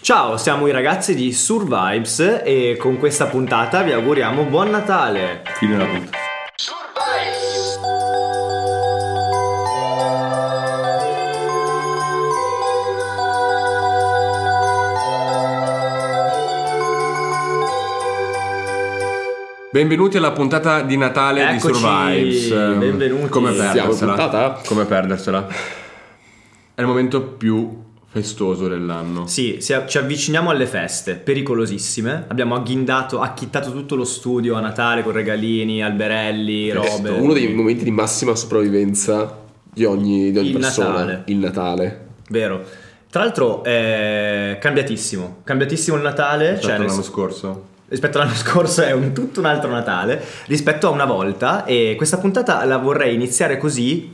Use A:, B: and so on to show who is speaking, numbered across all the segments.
A: Ciao, siamo i ragazzi di Survibes e con questa puntata vi auguriamo buon Natale.
B: Fine la puntata. Benvenuti alla puntata di Natale di
A: Eccoci,
B: Survives.
A: benvenuti.
B: Come
A: Siamo
B: perdersela?
C: puntata?
B: Come perdersela? È il momento più festoso dell'anno.
A: Sì, si- ci avviciniamo alle feste, pericolosissime. Abbiamo agghindato, acchittato tutto lo studio a Natale con regalini, alberelli, robe.
C: Uno dei momenti di massima sopravvivenza di ogni, di ogni
A: Il
C: persona.
A: Natale.
C: Il Natale.
A: Vero. Tra l'altro è cambiatissimo, cambiatissimo il Natale,
C: Esatto,
B: Rispetto
A: cioè, nel-
B: all'anno scorso.
A: rispetto all'anno scorso è un, tutto un altro Natale rispetto a una volta e questa puntata la vorrei iniziare così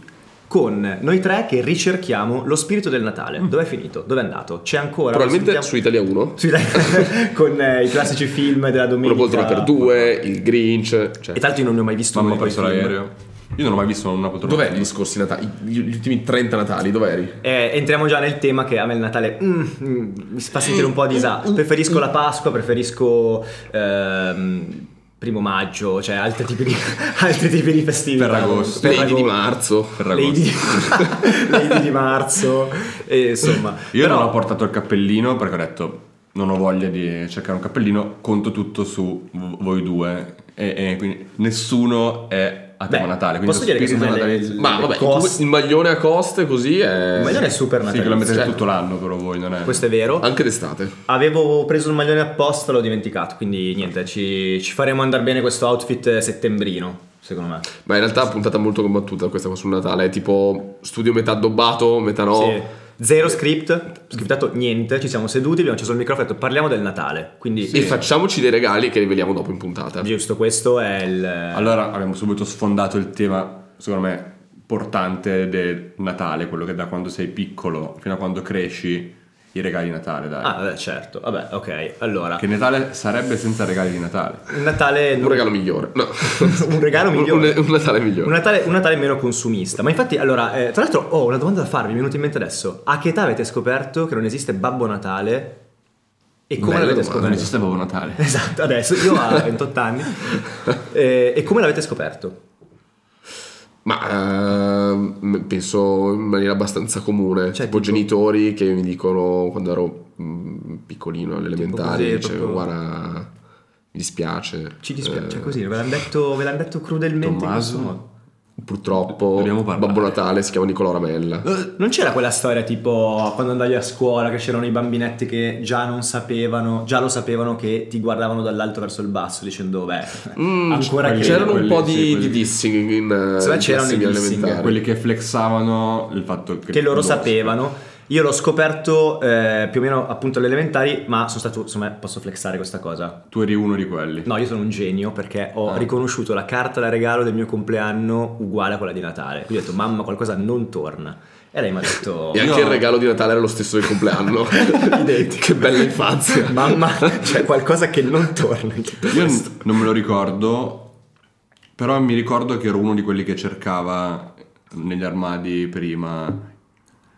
A: con noi tre che ricerchiamo lo spirito del Natale. Dov'è finito? Dov'è andato? C'è ancora?
C: Probabilmente
A: Lo
C: su
A: sentiamo-
C: Italia 1.
A: su Italia- con eh, i classici film della
C: Una
A: domenica.
C: poltrona per due, il Grinch.
A: E
C: Cioè,
A: tanto io non ne ho mai visto
B: Mamma, ho
A: uno di
B: perso
A: quei film.
B: l'aereo. Io non ho mai visto una poltrona.
C: dov'eri gli scorsi Natali? Gli, gli ultimi 30 Natali, dov'eri?
A: Eh, entriamo già nel tema che a me il Natale mm, mm, mi fa sentire un po' a disagio. Preferisco la Pasqua, preferisco ehm, primo maggio, cioè altri tipi di, altri tipi di festività.
B: Ferragosto.
C: Lady
A: Ferragosto.
C: di marzo.
A: Le
B: Ferragosto.
A: Idi di, le Idi di marzo, e insomma.
B: Io
A: però-
B: non ho portato il cappellino perché ho detto non ho voglia di cercare un cappellino, conto tutto su v- voi due e, e quindi nessuno è a tema
A: Beh,
B: Natale, quindi
A: posso dire che
B: spirito
A: secondo me le-
B: natalizio-
A: le-
C: Ma
A: le
C: vabbè,
A: cos-
C: tu- il maglione a coste così è...
A: Ma non è super
B: Sì, che lo
A: natalizio.
B: mettete
C: Cioè-
B: tutto l'anno però voi, non è...
A: Questo è vero.
C: Anche d'estate.
A: Avevo preso il maglione apposta, l'ho dimenticato, quindi niente, ci, ci faremo andare bene questo outfit settembrino, secondo me.
C: Ma in realtà è puntata molto combattuta questa qua sul Natale. È tipo studio metà addobbato, metà no.
A: Sì. Zero script, scriptato niente, ci siamo seduti, abbiamo acceso il microfono e detto parliamo del Natale. Quindi
C: E facciamoci dei regali che riveliamo dopo in puntata.
A: giusto, questo è il...
B: Allora abbiamo subito sfondato il tema, secondo me, importante del Natale, quello che da quando sei piccolo fino a quando cresci i regali di Natale, dai.
A: Ah, vabbè, certo, vabbè, ok. Allora,
B: Che Natale sarebbe senza regali di Natale.
A: il Natale...
C: Un regalo migliore. No.
A: un regalo migliore.
C: Un, un Natale migliore.
A: Un Natale, un Natale meno consumista. Ma infatti, allora, eh, tra l'altro ho una domanda da farvi, mi è venuta in mente adesso. A che età avete scoperto che non esiste Babbo Natale? E come
C: Bella
A: l'avete
C: domanda.
A: scoperto?
B: Non esiste Babbo Natale.
A: Esatto, adesso io ho 28 anni. Eh, e come l'avete scoperto?
C: Ma ehm, penso in maniera abbastanza comune.
A: Cioè,
C: tipo,
A: tipo-
C: genitori che mi dicono quando ero mm, piccolino, alle elementari,
A: così,
C: dice,
A: proprio-
C: guarda, mi dispiace.
A: Ci dispiace,
C: Eh,
A: cioè così, ve l'hanno detto, ve l'hanno detto crudelmente. in questo
B: Tommaso?
A: modo.
C: Purtroppo
B: Dobbiamo parlare.
C: Babbo Natale si chiama Nicolò Ramella.
A: Non c'era quella storia tipo quando andavi a scuola che c'erano i bambinetti che già non sapevano, già lo sapevano che ti guardavano dall'alto verso il basso dicendo beh,
C: Mm,
A: ancora che...
C: c'erano un
B: quelli-
C: po'
B: sì,
C: di,
B: quelli-
C: di dissing in, eh,
A: Secondo me
C: in
A: c'erano
C: classe
A: i
C: mia
A: dissing,
C: elementare.
B: Quelli che flexavano il fatto che...
A: che loro
B: boh,
A: sapevano. Io l'ho scoperto eh, più o meno appunto alle elementari, ma sono stato, insomma, posso flexare questa cosa.
B: Tu eri uno di quelli.
A: No, io sono un genio perché ho
B: Ah.
A: riconosciuto la carta da regalo del mio compleanno uguale a quella di Natale. Quindi ho detto, mamma, qualcosa non torna. E lei mi ha detto...
C: E anche
B: Io-
C: il regalo di Natale era lo stesso del compleanno. che bella infanzia.
A: Mamma, c'è qualcosa che non torna.
B: Io n- non me lo ricordo, però mi ricordo che ero uno di quelli che cercava negli armadi prima.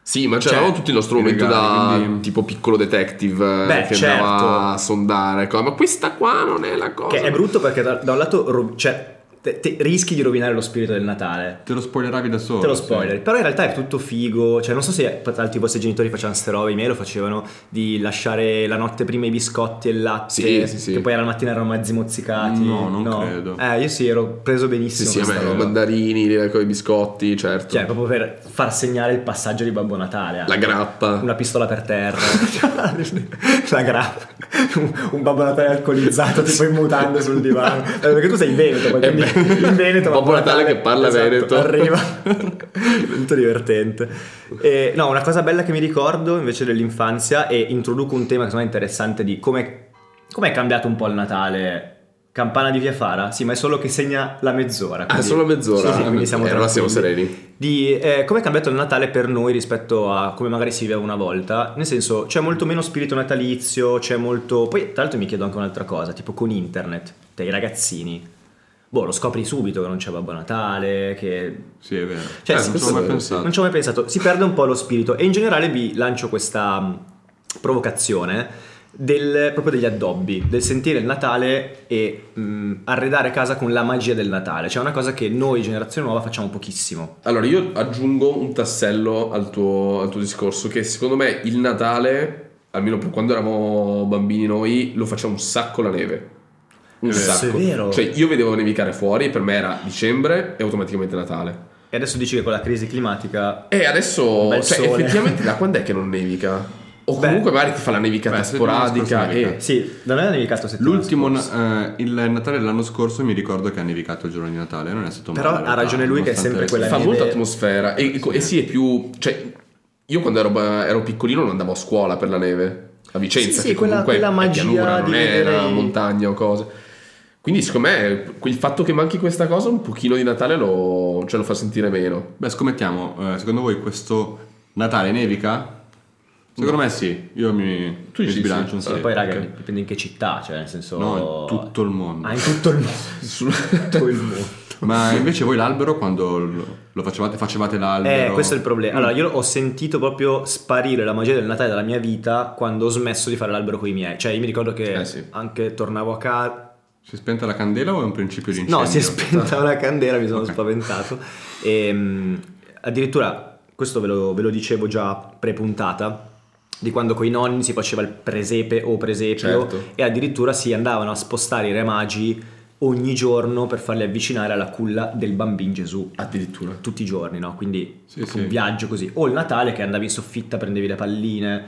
C: Sì, ma
B: Cioè,
C: c'era tutto il nostro
B: i
C: momento
B: regali,
C: da
B: quindi-
C: tipo piccolo detective eh,
A: Beh,
C: che
A: certo.
C: andava a sondare. co- Ma questa qua non è la cosa.
A: Che è brutto perché da, da un lato ro- cioè, te- te- rischi di rovinare lo spirito del Natale.
B: Te lo spoileravi da solo.
A: Te lo
B: sì.
A: spoiler, però in realtà è tutto figo, cioè non so se tra l'altro i vostri genitori facevano ste robe, i miei lo facevano di lasciare la notte prima i biscotti e il latte,
C: Sì, sì, sì.
A: che poi alla mattina erano mezzi mozzicati.
B: No, non credo.
A: Eh, io sì, ero preso
C: Sì,
A: benissimo.
C: sì, a
A: questa
C: me,
A: roba.
C: mandarini con i biscotti, certo.
A: Cioè, proprio per far segnare il passaggio di Babbo Natale. anche.
C: la grappa. Ah,
A: Una pistola per terra, la grappa, un, un babbo natale alcolizzato tipo in mutande sul divano. Eh, Perché tu sei in Veneto, poi,
C: Eh
A: quindi
C: beh,
A: in Veneto.
C: Babbo Natale che parla
A: esatto,
C: veneto.
A: Arriva, molto divertente. E, no, una cosa bella che mi ricordo invece dell'infanzia e introduco un tema che secondo me è interessante di come, come è cambiato un po' il Natale. Campana di Via Fara? Sì, ma è solo che segna la mezz'ora.
C: Ah,
A: quindi-
C: solo mezz'ora.
A: Sì, sì, quindi siamo
C: Eh, allora siamo
A: tranquilli
C: sereni.
A: di eh, come è cambiato il Natale per noi rispetto a come magari si viveva una volta. Nel senso, c'è molto meno spirito natalizio, c'è molto. Poi, tra l'altro, mi chiedo anche un'altra cosa: tipo con internet, te i ragazzini. Boh, lo scopri subito che non c'è Babbo Natale, che.
B: Sì, è vero.
A: Cioè,
B: Eh,
A: sì,
B: non ci
A: questo
B: ho
A: è
B: mai
C: vero,
B: pensato.
A: Non ci ho mai pensato, si perde un po' lo spirito. E in generale vi lancio questa. mm, provocazione del- proprio degli addobbi, del sentire il Natale e mh, arredare casa con la magia del Natale, cioè una cosa che noi, generazione nuova, facciamo pochissimo.
C: Allora, io aggiungo un tassello al tuo, al tuo discorso, che secondo me il Natale, almeno per quando eravamo bambini noi, lo facciamo un sacco la neve. Un
A: Eh, sì, è
C: sacco.
A: vero.
C: Cioè, io vedevo nevicare fuori, per me era dicembre e automaticamente Natale.
A: E adesso dici che con la crisi climatica
C: E adesso,
A: Bel
C: cioè,
A: sole.
C: effettivamente da quando è che non nevica? O
A: Beh.
C: comunque magari ti fa la nevicata
B: Beh, settimana
C: sporadica
B: scorsa nevica.
C: e...
A: Sì, da me ha nevicato settimana
B: L'ultimo,
A: scorsa.
B: eh, il Natale dell'anno scorso mi ricordo che ha nevicato il giorno di Natale, non è stato
A: Però
B: male, in
A: ha
B: realtà,
A: ragione lui che è
B: nonostante
A: sempre quella
B: le-
A: La
C: Fa
A: neve-
C: molta atmosfera e, e co- e sì, è più... Cioè, io quando ero, ba- ero piccolino non andavo a scuola per la neve, a
A: Sì,
C: Vicenza,
A: sì,
C: che
A: quella-
C: comunque
A: quella
C: è
A: magia
C: pianura, non
A: di
C: era
A: vedere i-
C: montagna o cose. Quindi secondo me il fatto che manchi questa cosa un pochino di Natale lo, cioè, lo fa sentire meno.
B: Beh, scommettiamo, eh, secondo voi questo Natale nevica? Secondo me sì, io mi,
C: Tu
B: mi
C: dici sì.
B: sbilancio un
A: Sì,
B: sì.
A: poi raga
C: ok.
A: dipende in che città, cioè nel senso...
B: No, in tutto il mondo.
A: Ah, in tutto il mondo.
C: Sul-
A: tutto il mondo.
B: Ma invece voi l'albero quando lo lo facevate, facevate l'albero?
A: Eh, questo è il problema. Allora, io ho sentito proprio sparire la magia del Natale dalla mia vita quando ho smesso di fare l'albero con i miei. Cioè, io mi ricordo che
C: Eh, sì.
A: anche tornavo a casa...
B: Si è spenta la candela o è un principio di incendio?
A: No, si è spenta una candela, mi sono
B: Ok.
A: spaventato. E, mh, addirittura, questo ve lo, ve lo dicevo già pre-puntata, di quando coi nonni si faceva il presepe o presepio
C: Certo.
A: e addirittura si andavano a spostare i re magi ogni giorno per farli avvicinare alla culla del bambino Gesù.
C: Addirittura.
A: Tutti i giorni, no? Quindi
B: Sì,
A: proprio
B: sì.
A: un viaggio così. O il Natale che andavi in soffitta, prendevi le palline.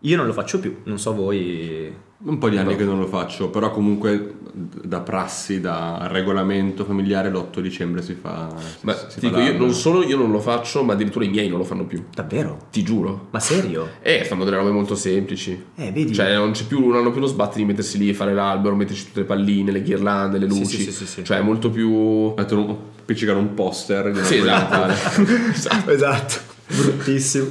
A: Io non lo faccio più, non so voi.
B: Un po' di anni
C: No.
B: che non lo faccio, però comunque da prassi, da regolamento familiare l'8 dicembre si fa...
C: Ma
B: si- si
C: ti dico,
B: fa
C: io
B: l'albero.
C: non solo io non lo faccio, ma addirittura i miei non lo fanno più.
A: Davvero?
C: Ti giuro.
A: Ma serio?
C: Eh, fanno delle robe molto semplici.
A: Eh, vedi.
C: Cioè, non, c'è più, non hanno più lo sbatti di mettersi lì, fare l'albero, metterci tutte le palline, le ghirlande, le
A: Sì,
C: luci.
A: sì, sì, sì, sì.
C: Cioè, è molto più.
B: Ho detto, no, appiccicare un poster di
C: Sì,
B: un albero di
C: esatto.
B: Natale.
C: Esatto.
A: Esatto, bruttissimo.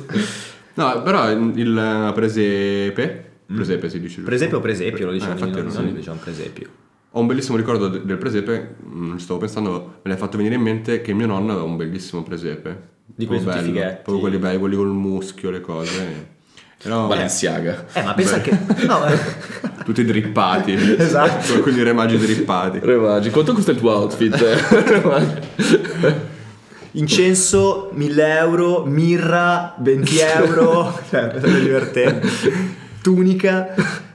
B: No, però il, il presepe... Presepe si dice giusto?
A: Presepio Mm. o presepio, lo
B: Eh,
A: dicevano
B: infatti
A: non,
B: ero-
A: non li dicevano presepio.
B: Ho un bellissimo ricordo de- del presepe, mm, ci stavo pensando, me l'hai fatto venire in mente che mio nonno aveva un bellissimo presepe.
A: Di quelli
B: Proprio
A: tutti
B: bello,
A: fighetti.
B: Proprio quelli belli, quelli col muschio, le cose. Erano
C: Balenciaga.
A: Eh, ma pensa che... No, eh,
B: tutti drippati.
A: Esatto.
B: Con i re magi drippati.
C: Re Magi, quanto costa il tuo outfit? eh? Re Magi.
A: incenso, 1000 euro, mirra, 20 euro, cioè, è stato divertente, tunica,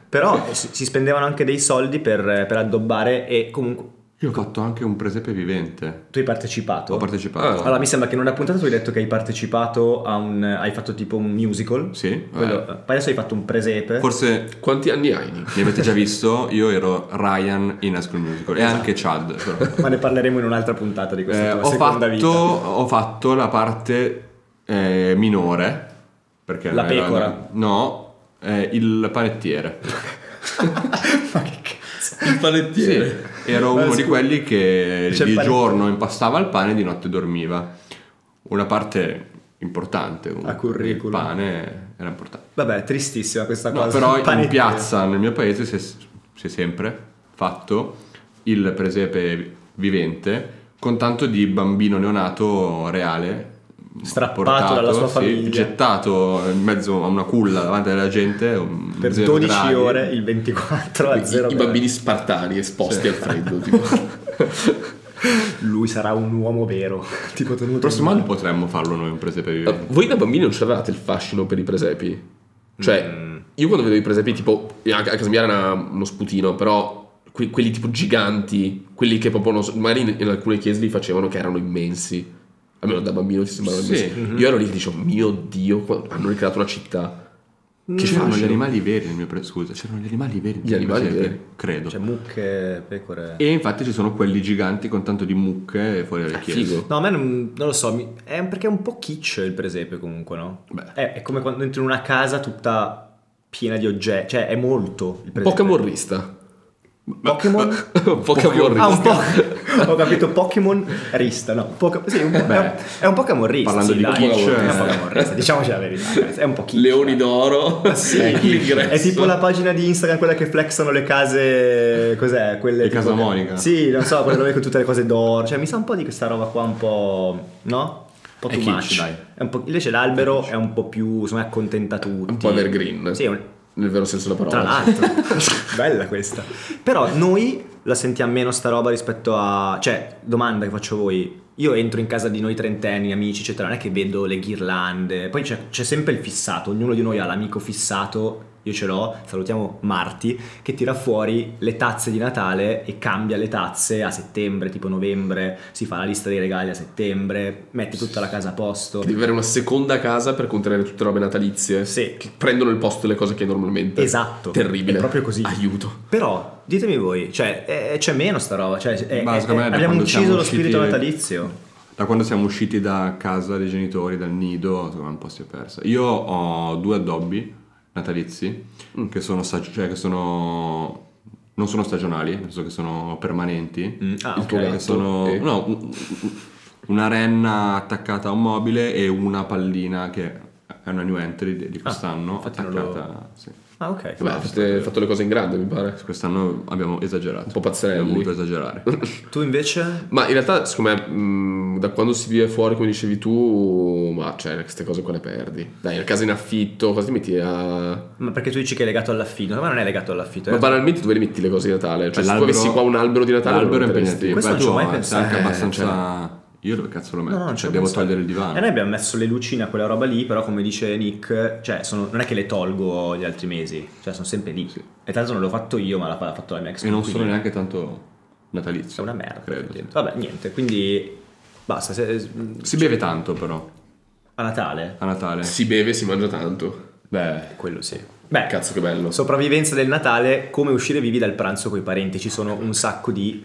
A: però si, si spendevano anche dei soldi per, per addobbare e comunque...
B: Io ho fatto anche un presepe vivente.
A: Tu hai partecipato?
B: Ho partecipato.
A: Ah. Allora, mi sembra che in una puntata tu hai detto che hai partecipato a un... hai fatto tipo un musical.
B: Sì, Eh.
A: Quello- Poi adesso hai fatto un presepe.
B: Forse
C: Quanti anni hai? Nick?
B: mi avete già visto, io ero Ryan in Ascol Musical
A: Esatto.
B: e anche Chad. però.
A: Ma ne parleremo in un'altra puntata di questa
B: Eh,
A: tua
B: ho,
A: seconda
B: fatto,
A: vita.
B: ho fatto la parte eh, minore. Perché
A: La
B: non era-
A: pecora.
B: no, eh, il panettiere.
A: Ma che cazzo?
C: Il
B: Sì,
C: panettiere.
B: ero
A: Ma
B: uno
A: scusa,
B: di quelli che
A: c'è il
B: di
A: pane-
B: giorno impastava il pane e di notte dormiva. Una parte importante. comunque.
A: A curriculum.
B: Il pane era importante.
A: Vabbè, tristissima questa
B: No,
A: cosa.
B: però in
A: Panettiere.
B: piazza nel mio paese si è, si è sempre fatto il presepe vivente con tanto di bambino neonato reale
A: Strappato dalla sua
B: sì,
A: famiglia.
B: gettato in mezzo a una culla davanti alla gente um,
A: Per
B: zero
A: 12
B: gradi.
A: ore il 24 a 0.
C: I, I bambini spartani esposti al freddo. Tipo.
A: Lui sarà un uomo vero. tipo tenuto.
B: il prossimo
A: in
B: anno
A: mano.
B: potremmo farlo noi un presepe vivente
C: Eh, Voi da bambini non c'avevate il fascino per i presepi? Cioè, io quando vedo i presepi, tipo, eh, anche a casa mia era una- uno sputino, però que- quelli tipo giganti, quelli che proprio, non so, magari in, in alcune chiese li facevano che erano immensi. Almeno da bambino ti sembrava
B: Sì.
C: immensi. Io ero lì che dicevo, mio Dio, qua- hanno ricreato una città. Che
B: c'erano gli
C: fascino.
B: animali veri nel mio pre- scusa c'erano gli animali veri nel
C: Eh, Gli
B: mio
C: animali
B: presepe,
C: veri.
B: credo
A: Cioè, mucche, pecore.
B: e infatti ci sono quelli giganti con tanto di mucche fuori dalle
C: Ah,
B: chiese
C: figo.
A: No, a me non, non lo so. mi- È perché è un po' kitsch il presepe, comunque, no?
B: Beh.
A: È, è come quando entri in una casa tutta piena di oggetti. Cioè, è molto il presepe.
C: Pokémonrista.
A: Pokémon.
C: Pokémonrista.
A: Ah, un po'. Ho capito Pokémon rista, no? Poca- sì, un po- è, un, è un Pokémon rista.
B: parlando
A: sì,
B: di
A: dai.
B: kitsch,
A: È un
B: eh.
A: Pokémon rista, diciamoci la verità. ragazzi, È un po' kitsch.
C: Leoni d'oro.
A: Sì,
C: Eh, l'ingresso.
A: è tipo la pagina di Instagram, quella che flexano le case. Cos'è? Quelle
B: Di
A: tipo-
B: Casa Monica.
A: Sì, non so, quelle robe con tutte le cose d'oro. Cioè, mi sa un po' di questa roba qua, un po'. No? po'
B: È
A: too
B: kitsch,
A: much.
B: dai.
A: È un po'- invece l'albero è un po' più, insomma, accontenta tutti.
C: Un po' evergreen.
A: Sì, è un-
C: Nel vero senso della
A: tra
C: parola.
A: l'altro. Bella questa. Però noi la sentiamo meno sta roba rispetto a... Cioè, domanda che faccio a voi. Io entro in casa di noi trentenni, amici, eccetera, non è che vedo le ghirlande. Poi c'è, c'è sempre il fissato, ognuno di noi ha l'amico fissato, io ce l'ho, salutiamo Marti, che tira fuori le tazze di Natale e cambia le tazze a settembre, tipo novembre, si fa la lista dei regali a settembre, mette tutta la casa a posto.
C: Devi avere una seconda casa per contenere tutte le robe natalizie.
A: Sì.
C: Che prendono il posto delle cose che normalmente.
A: Esatto.
C: Terribile.
A: È proprio così.
C: Aiuto.
A: Però, ditemi voi, cioè, è- c'è meno sta roba, cioè, è-
B: Ma
A: è-
B: secondo me
A: è-
B: da
A: abbiamo
B: quando
A: ucciso
B: siamo
A: lo spirito
B: usciti-
A: natalizio.
B: Da quando siamo usciti da casa dei genitori, dal nido, secondo me un po' si è persa. Io ho due addobbi natalizi
A: Mm.
B: che sono stag- cioè che sono non sono stagionali, nel senso che sono permanenti.
A: Ah,
C: Il tuo
A: ok.
B: Che
C: gatto.
B: sono
C: Eh.
B: no, un- una renna attaccata a un mobile e una pallina che è una new entry di, di quest'anno
A: Ah, infatti non
B: attaccata.
A: lo-
B: sì.
A: Ah, ok.
C: Beh, avete fatto le cose in grande, mi pare.
B: Quest'anno abbiamo esagerato.
C: Un po' pazzerelli.
B: Abbiamo voluto esagerare.
A: Tu invece?
C: Ma in realtà, secondo me, mh, da quando si vive fuori, come dicevi tu, ma cioè, queste cose qua le perdi. Dai, la casa in affitto, cosa ti metti a.
A: Ma perché tu dici che è legato all'affitto? Ma non è legato all'affitto.
C: Ma
A: eh.
C: banalmente dove li metti le cose di Natale? Cioè, se tu
B: Certo. L'albero-
C: avessi qua un albero di Natale,
B: L'albero è
C: lo metteresti?
B: impegnativo.
A: Questo
B: Beh,
A: non ci ho
B: tu
A: mai
B: hai-
A: pensato. cioè,
B: Anche
C: Eh,
B: abbastanza. cioè, Io dove cazzo lo metto?
A: No, no, non ci
B: cioè,
A: ho
B: devo
A: pensato.
B: togliere il
A: E
B: divano.
A: noi abbiamo messo le lucine a quella roba lì, però come dice Nick, cioè sono- non è che le tolgo gli altri mesi, cioè sono sempre lì. E tanto non l'ho fatto io, ma l'ha, l'ha fatto la mia ex.
B: E non
A: coinquilina.
B: sono neanche tanto
A: È
B: natalizio.
A: una merda.
B: credo.
A: effettivamente. Vabbè, niente, quindi basta. se-
B: Si beve tanto, però.
A: a Natale?
B: A Natale.
C: Si beve, si mangia tanto. Eh,
B: Beh,
A: Quello sì. Beh,
C: Cazzo, che bello.
A: Sopravvivenza del Natale, come uscire vivi dal pranzo coi parenti. Ci sono un sacco di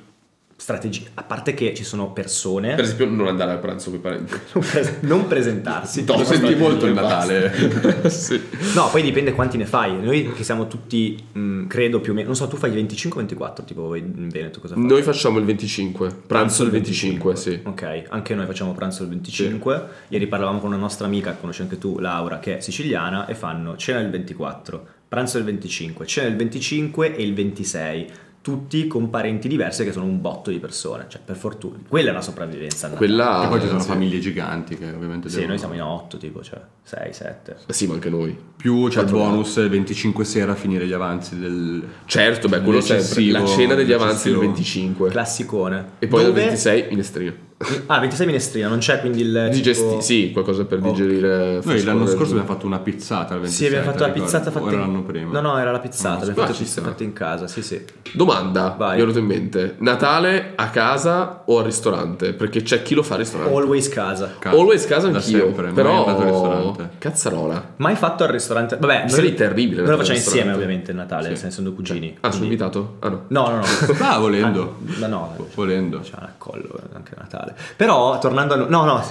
A: strategie. A parte che ci sono persone.
C: Per esempio, non andare a pranzo con i parenti.
A: non presentarsi.
C: No,
B: lo senti molto il Natale.
C: sì.
A: No, poi dipende quanti ne fai. Noi che siamo tutti, mh, credo più o meno. Non so, tu fai il 25 o 24, tipo voi in Veneto cosa fai?
C: Noi facciamo il 25, pranzo il 25, sì.
A: Ok, anche noi facciamo pranzo il 25. Ieri parlavamo con una nostra amica, conosci anche tu, Laura, che è siciliana, e fanno cena il 24, pranzo il 25, cena il 25 e il 26. Tutti con parenti diverse che sono un botto di persone. Cioè, per fortuna. Quella è una sopravvivenza. no?
C: Quella...
B: e poi ci sono
C: sì.
B: famiglie giganti che ovviamente
A: Sì,
B: devono-
A: noi siamo in 8, tipo, cioè 6, 7.
C: Eh Sì, ma anche noi.
B: Più c'è il
C: Quattro
B: bonus il 25 sera a finire gli avanzi del...
C: Certo, beh, quello sempre.
B: L'eccessivo-
C: La cena degli avanzi il
B: l'eccessivo.
C: 25.
A: Classicone.
C: E poi il
A: Dove-
C: 26 minestrino.
A: Ah, 26 minestrina, non c'è quindi il.
C: Digesti-
A: tipo-
C: sì, qualcosa per
A: Ok.
C: digerire.
B: Noi
C: fresco
B: l'anno
C: del-
B: scorso abbiamo fatto una pizzata al 27.
A: Sì, abbiamo fatto la
B: ricordo.
A: pizzata
B: O
A: fatta
B: era
A: in...
B: l'anno prima.
A: No, no, era la pizzata,
B: No,
A: l'abbiamo
C: ah,
A: fatta
C: ci sta. Certo.
A: fatta in casa, sì, sì.
C: Domanda,
A: Vai.
C: mi è venuto in mente. Natale a casa o al ristorante? Perché c'è chi lo fa al ristorante.
A: Always casa.
B: Cazzo,
C: Always casa
B: da
C: anch'io.
B: sempre, mai
C: però...
B: andato al ristorante.
C: Cazzarola.
A: Mai fatto al ristorante. Vabbè,
C: Sarebbe
A: noi-
C: terribile
A: Noi lo
C: andare al
A: facciamo insieme,
C: ristorante.
A: ovviamente, il Natale,
B: Sì.
A: se essendo cugini.
C: Ah, sono
A: quindi-
C: invitato? Ah Boh. no.
A: No, no, no.
B: Ah, volendo.
A: Ah, no, no.
B: Volendo.
A: C'è un collo anche a Natale. Però, tornando a... no- No, no.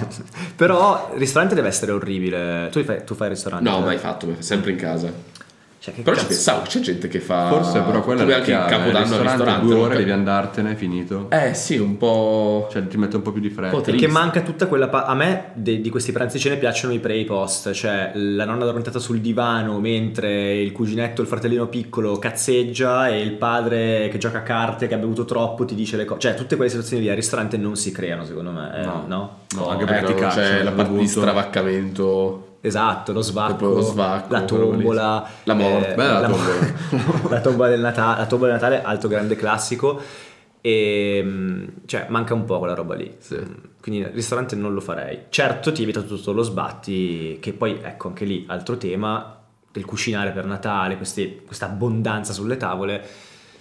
A: Però, il ristorante deve essere orribile. Tu fai, tu fai il ristorante? eh?
C: No, mai fatto, mai- sempre in casa.
A: Cioè, che
C: Però ci
A: cazzo?
C: pensavo, c'è gente che fa.
B: Forse però quella è la
C: come anche il
B: chiave,
C: capodanno al
B: ristorante,
C: ristorante.
B: Due
C: non
B: ore
C: cap-
B: devi andartene, è finito.
C: Eh sì, un po'.
B: Cioè ti mette un po' più di fretta.
C: Un po'
A: E che
C: eh, Triste.
A: manca tutta quella pa- A me de- di questi pranzi cene piacciono i pre post, cioè la nonna addormentata sul divano mentre il cuginetto, il fratellino piccolo cazzeggia e il padre che gioca a carte, che ha bevuto troppo, ti dice le cose. Cioè tutte quelle situazioni lì al ristorante non si creano secondo me, eh, no?
B: No. No,
C: No,
B: anche perché
C: no,
B: ti cacciano,
C: c'è la
B: hai
C: parte di
B: bevuto.
C: stravaccamento.
A: Esatto, lo svacco,
C: Proprio lo svacco,
A: la
C: quello lì.
A: tombola,
C: La morte,
A: eh,
C: bella
A: la,
C: la
A: mo-
C: tombola.
A: la tombola del Natale, la tombola del Natale, altro grande classico. E mh, cioè, manca un po' quella roba lì. Mm,
C: Sì.
A: Quindi il ristorante non lo farei. Certo, ti evita tutto lo sbatti, che poi ecco anche lì altro tema del cucinare per Natale, queste- questa abbondanza sulle tavole.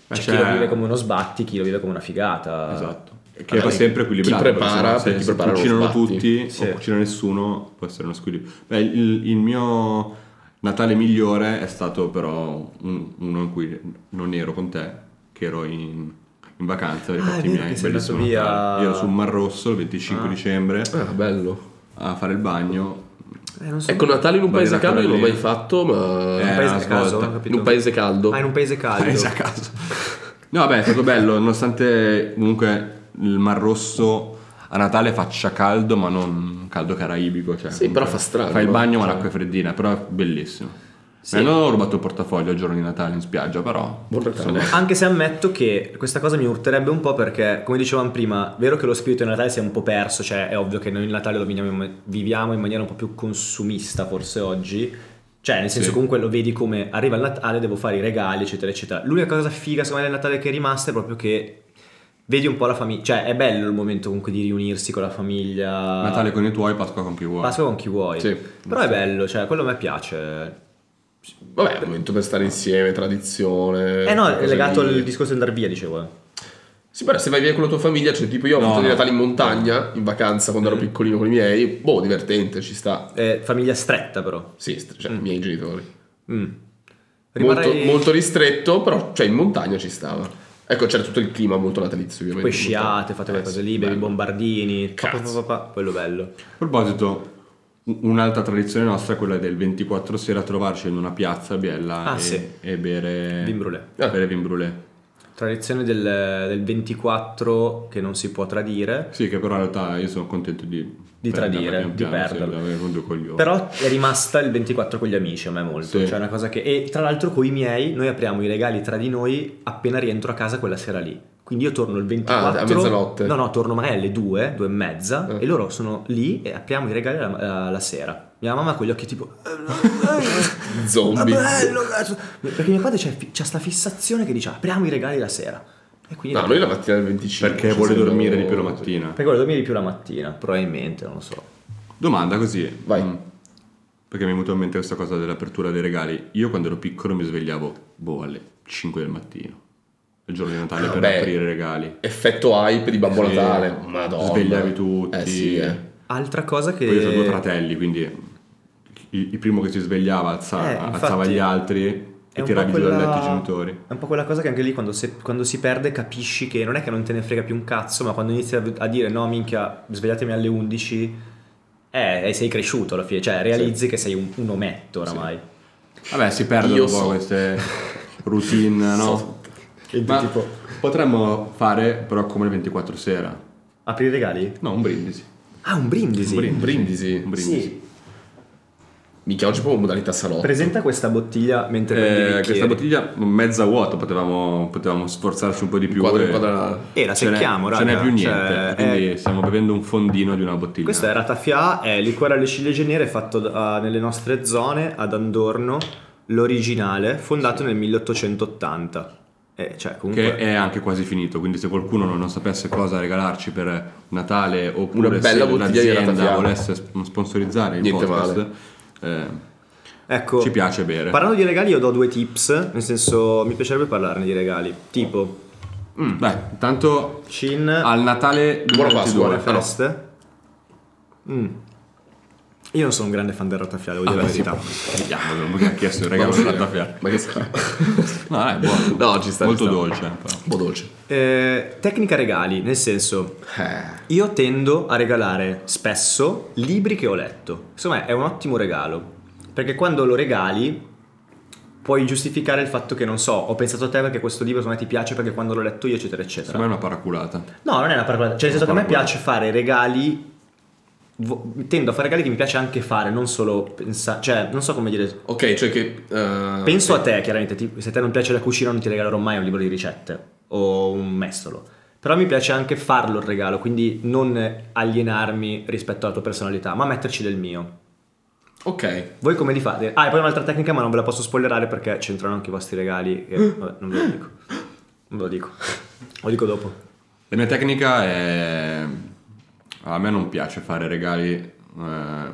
B: Ma
A: C'è
B: c'è-
A: chi lo vive come uno sbatti, chi lo vive come una figata.
B: Esatto. Che
C: Allora,
B: va sempre equilibrato. perché
C: prepara,
B: sennò se-
C: perché
B: se
C: prepara lo
B: cucinano
C: sbatti.
B: tutti
A: Sì.
B: o cucina nessuno, può essere uno squilibrio. Beh, il, il mio Natale migliore è stato però un- uno in cui non ero con te, che ero in, in vacanza,
A: Ah, è
B: infatti
A: vero
B: mi
A: che
B: hai
A: sei
B: bellissimo
A: andato via.
B: Natale. Io ero sul Mar Rosso il 25
A: Ah.
B: dicembre
C: Ah, bello.
B: a fare il bagno.
A: Eh, non so-
C: Ecco, Natale in un
B: Vai
C: paese
B: da
C: caldo io non l'ho mai
B: Corallina.
C: fatto, ma.
A: in un
B: Eh,
A: paese
B: una
A: a caso,
B: svolta.
A: ho capito.
C: in un paese caldo. Esatto.
A: Ah, in un paese caldo.
B: Presa a caso. No, vabbè, è stato bello, nonostante comunque il Mar Rosso a Natale faccia caldo, ma non caldo caraibico. Cioè,
C: Sì, però
B: comunque
C: fa strano,
B: Fai il
C: no?
B: bagno, ma
C: Cioè.
B: l'acqua è freddina, però è bellissimo.
A: Sì.
B: Beh, non ho rubato il portafoglio il giorno di Natale in spiaggia, però.
C: Buon Natale.
B: insomma,
A: Anche se ammetto che questa cosa mi urterebbe un po' perché, come dicevamo prima, è vero che lo spirito di Natale si è un po' perso, cioè è ovvio che noi il Natale lo viviamo in, ma- viviamo in maniera un po' più consumista forse oggi, cioè nel senso
B: Sì.
A: comunque lo vedi come arriva il Natale, devo fare i regali, eccetera, eccetera. L'unica cosa figa secondo me del Natale che è rimasta è proprio che vedi un po' la famiglia, cioè è bello il momento comunque di riunirsi con la famiglia.
B: Natale con i tuoi, Pasqua con chi vuoi.
A: Pasqua con chi vuoi.
C: Sì.
A: Però è bello, cioè quello a me piace.
C: Vabbè, è un momento per stare insieme, tradizione.
A: Eh no, è
C: cose
A: legato
C: lì.
A: al discorso di andare via, dicevo. eh.
C: Sì, però se vai via con la tua famiglia, cioè tipo io ho
B: No,
C: fatto di
B: no. Mm.
C: Natale in montagna, in vacanza quando ero piccolino con i miei, boh, divertente, ci sta.
A: È Eh, famiglia stretta però.
C: Sì, st- cioè i miei genitori.
A: Mm.
C: Molto,
A: Rimarrei-
C: molto ristretto, però cioè in montagna ci stava. Ecco, c'era tutto il clima molto natalizio, ovviamente.
A: Poi sciate, fate quelle
C: Eh,
A: cose
C: sì,
A: lì, bevi i
C: bello.
A: bombardini. pa, pa,
C: Cazzo.
A: pa, pa, pa, Quello bello.
B: A proposito, u- un'altra tradizione nostra è quella del 24 sera trovarci in una piazza a biella
A: Ah,
B: e,
A: sì.
B: e bere
A: Vin brûlé.
B: Bere vin brûlé.
A: Tradizione del, del 24 che non si può tradire.
B: Sì, che però in realtà io sono contento di, prenderla
A: tradire,
B: pian
A: di
B: piano, sì,
A: perderla.
B: di avere un due coglioni.
A: Però è rimasta il 24 con gli amici a me molto.
B: Sì.
A: Cioè una cosa che... E tra l'altro con i miei noi apriamo i regali tra di noi appena rientro a casa quella sera lì. Quindi io torno il 24...
C: Ah, a mezzanotte.
A: No, no, torno magari alle 2, 2 e mezza.
C: Eh.
A: E loro sono lì e apriamo i regali la, la sera. Mia mamma con gli occhi tipo... "Eh,
C: Zombie.
A: Ah, bello, cazzo. Perché mio padre c'è, c'è sta fissazione che dice apriamo i regali la sera. E quindi...
C: No, noi la mattina del 25.
B: Perché
C: ci
B: vuole
C: siamo-
B: dormire di più la mattina.
A: Perché dormi di più la mattina, probabilmente, non lo so.
B: Domanda così. Mm.
C: Vai.
B: perché mi è venuta in mente questa cosa dell'apertura dei regali. Io quando ero piccolo mi svegliavo boh, alle 5 del mattino, il giorno di Natale,
C: Ah,
B: per
C: beh.
B: aprire i regali.
C: Effetto hype di Babbo
B: Sì.
C: Natale. Madonna.
B: Svegliavi tutti.
C: Eh sì, eh.
A: Altra cosa che...
B: Poi io sono due fratelli, quindi il, il primo che si svegliava alza-
A: Eh,
B: alzava
A: infatti,
B: gli altri
A: è
B: e
A: un
B: tiravi
A: po'
B: giù dal
A: quella-
B: letto i genitori.
A: È un po' quella cosa che anche lì quando, se- quando si perde capisci che non è che non te ne frega più un cazzo, ma quando inizi a, a dire no minchia, svegliatemi alle 11, eh, eh, sei cresciuto alla fine, cioè realizzi che sei un, un ometto oramai.
B: Vabbè, si perdono
C: Io
B: un po'
C: so.
B: queste routine, no?
C: So.
B: Ma potremmo fare però come le 24 sera.
A: Apri i regali?
B: No, un brindisi.
A: Ah, un brindisi.
B: Un brindisi.
C: Brindisi.
B: Un brindisi.
A: Sì,
C: Mica oggi proprio modalità salotto.
A: presenta questa bottiglia mentre prendi i
B: Eh,
A: bicchieri.
B: questa bottiglia mezza vuota, potevamo, potevamo sforzarci un po' di più.
C: Quadra-
B: e-
C: quadra-
A: E la
B: ce n'è-
A: secchiamo, raga.
B: Ce n'è più
A: Cioè,
B: niente, quindi
A: è-
B: stiamo bevendo un fondino di una bottiglia.
A: Questo è Ratafia, è liquore alle ciliegie nere fatto da- ah, nelle nostre zone ad Andorno, l'originale, fondato nel 1880. Eh, cioè,
B: Che
A: comunque...
B: è anche quasi finito, quindi se qualcuno non sapesse cosa regalarci per Natale oppure
C: Una bella
B: se
C: bottiglia di
B: l'azienda
C: Ratafia.
B: volesse sp- sponsorizzare il
C: Niente
B: podcast, eh,
A: Ecco,
B: ci piace bere.
A: parlando di regali io do due tips, nel senso mi piacerebbe parlarne di regali, tipo
B: Mm, Beh, intanto
A: cin,
B: al Natale
C: Buona
B: 2022.
C: Pasqua, eh.
A: feste. Mm. Io non sono un grande fan del Ratafia, devo dire
B: Ah,
C: Vabbè,
A: la
C: sì,
A: verità.
B: Vediamolo, perché ha chiesto il regalo
C: Mamma
B: della
C: mia.
B: Ratafia.
C: Ma che schifo.
B: No, dai, buono.
C: No, ci sta,
B: Molto
C: ci
B: dolce.
C: sta.
B: eh, però.
C: Un po' dolce.
A: Eh, tecnica regali, nel senso
C: Eh.
A: Io tendo a regalare spesso libri che ho letto. Insomma, è un ottimo regalo. Perché quando lo regali puoi giustificare il fatto che non so, ho pensato a te perché questo libro secondo me ti piace perché quando l'ho letto io, eccetera, eccetera.
B: Secondo me è una paraculata.
A: No, non è una paraculata. Cioè, nel senso che a me
B: Paraculata.
A: piace fare regali. vo- tendo a fare regali che mi piace anche fare, non solo pensare. Cioè, non so come dire.
C: Ok, cioè che... eh,
A: Penso a te, chiaramente. ti- se a te non piace la cucina, non ti regalerò mai un libro di ricette o un mestolo. Però mi piace anche farlo il regalo, quindi non alienarmi rispetto alla tua personalità, ma metterci del mio.
C: Ok.
A: Voi come li fate? Ah, e poi un'altra tecnica, ma non ve la posso spoilerare perché c'entrano anche i vostri regali. Che, vabbè, non ve lo dico. Non ve lo dico. Lo dico dopo.
B: La mia tecnica è... A me non piace fare regali eh,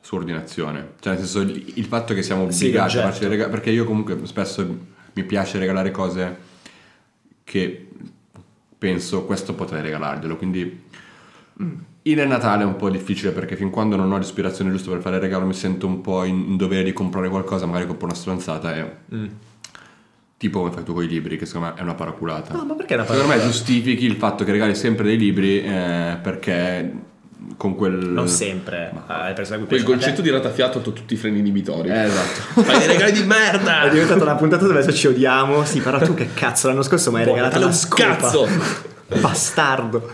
B: su ordinazione. Cioè, nel senso, il, il fatto che siamo
A: Sì,
B: obbligati a
A: l'oggetto.
B: farci regali... Perché io comunque spesso mi piace regalare cose che penso questo potrei regalarglielo. Quindi il Natale è un po' difficile perché fin quando non ho l'ispirazione giusta per fare il regalo mi sento un po' in, in dovere di comprare qualcosa, magari compro una stronzata e... Tipo come fai tu con i libri, che secondo me è una paraculata.
A: No, ma perché è una
B: Secondo me
A: parola?
B: giustifichi il fatto che regali sempre dei libri eh, perché con quel...
A: Non sempre. Ah, alle persone a cui
C: Quel
A: piacciono a
C: concetto di ratafiato ha tolto tutti i freni inibitori.
B: Eh, esatto.
C: Fai dei regali di merda!
A: È diventata una puntata dove adesso ci odiamo. Sì, però tu che cazzo, l'anno scorso mi hai
C: Boh,
A: regalato
C: Natale
A: la
C: un
A: scopa.
C: cazzo!
A: Bastardo.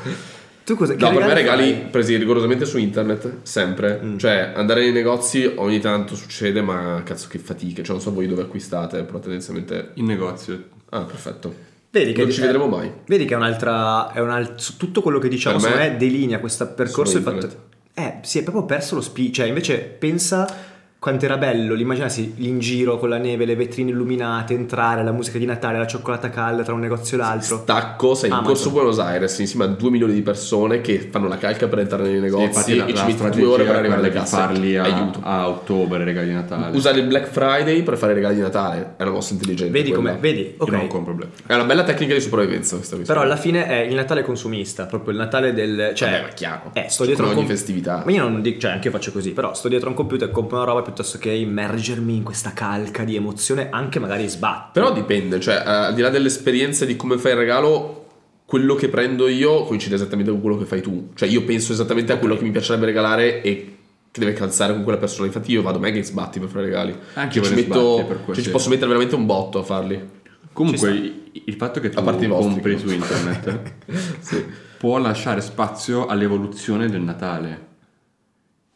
A: Tu Tu cosa? che
C: No, per me regali
A: fai? Mm.
C: presi rigorosamente su internet, sempre. Cioè, andare nei negozi ogni tanto succede, ma cazzo che fatica. Cioè, non so voi dove acquistate, però tendenzialmente...
B: In negozio.
C: Ah, perfetto.
A: Vedi che
C: non ci
A: eh,
C: vedremo mai.
A: Vedi che è un'altra. È un'al- su tutto quello che diciamo,
C: Per me-
A: secondo me, delinea questo percorso. Il
C: Sono
A: fatto. Eh, si è proprio perso lo spirito. Cioè, invece, pensa quanto era bello l'immaginarsi in giro con la neve, le vetrine illuminate, entrare, la musica di Natale, la cioccolata calda tra un negozio e l'altro.
C: Stacco, sei in
A: Amazon.
C: corso Buenos Aires insieme a 2 milioni di persone che fanno la calca per entrare nei negozi
B: infatti la-
C: e
B: la
C: ci metti
B: strategia
C: 2 ore per
B: è
C: arrivare alle
B: quella di
C: casse.
B: Farli a,
C: Aiuto.
B: a ottobre, regali di Natale.
C: Usare il Black Friday per fare i regali di Natale è una mossa intelligente.
A: Vedi
C: quella.
A: come. Vedi?
B: Io non
A: Ok.
B: compro Black.
C: È una bella tecnica di sopravvivenza questa qui.
A: Però alla fine è il Natale consumista, proprio il Natale del. Cioè,
C: Vabbè, ma chiaro.
A: Eh, sto dietro
C: Come
A: un
C: ogni
A: com-
C: festività.
A: Ma io non dico, cioè, anche io faccio così, però sto dietro a un computer e compro una roba piuttosto che immergermi in questa calca di emozione, anche magari sbatto.
C: Però dipende, cioè eh, al di là dell'esperienza di come fai il regalo, quello che prendo io coincide esattamente con quello che fai tu. Cioè io penso esattamente a quello che mi piacerebbe regalare e che deve calzare con quella persona. Infatti io vado mega in sbatti per fare regali.
B: Anche io
C: Cioè, ci
B: vado in sbatti
C: metto,
B: per
C: cioè, ci
B: qualsiasi-
C: posso mettere veramente un botto a farli.
B: Comunque,
A: Ci
B: i- il fatto che tu
C: A parte i vostri,
B: compri su
C: comunque.
B: internet
C: Sì.
B: può lasciare spazio all'evoluzione del Natale.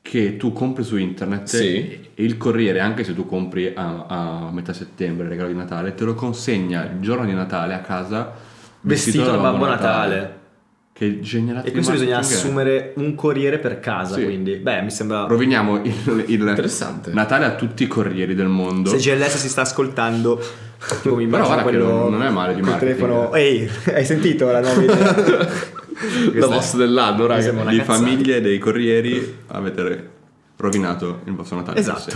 B: Che tu compri su internet
C: Sì.
B: e il corriere, anche se tu compri a, a metà settembre il regalo di Natale, te lo consegna il giorno di Natale a casa
A: Vestito da Babbo Natale.
B: Che geniale
A: E questo bisogna assumere un corriere per casa,
B: Sì.
A: quindi. Beh, mi sembra...
B: Roviniamo il, il
C: Interessante.
B: Natale a tutti i corrieri del
A: Se
B: mondo.
A: GLS si sta ascoltando, tipo mi
B: Però
A: immagino
B: guarda che
A: quello...
B: non- non è male di
A: col
B: marketing.
A: telefono... Ehi, hai sentito la nuova idea?
C: La
A: Questa-
C: mossa dell'anno,
A: Mi
C: raga.
A: sembra una
B: di
A: cazzata.
B: famiglie dei corrieri avete rovinato il vostro Natale.
A: Esatto.
B: Sì.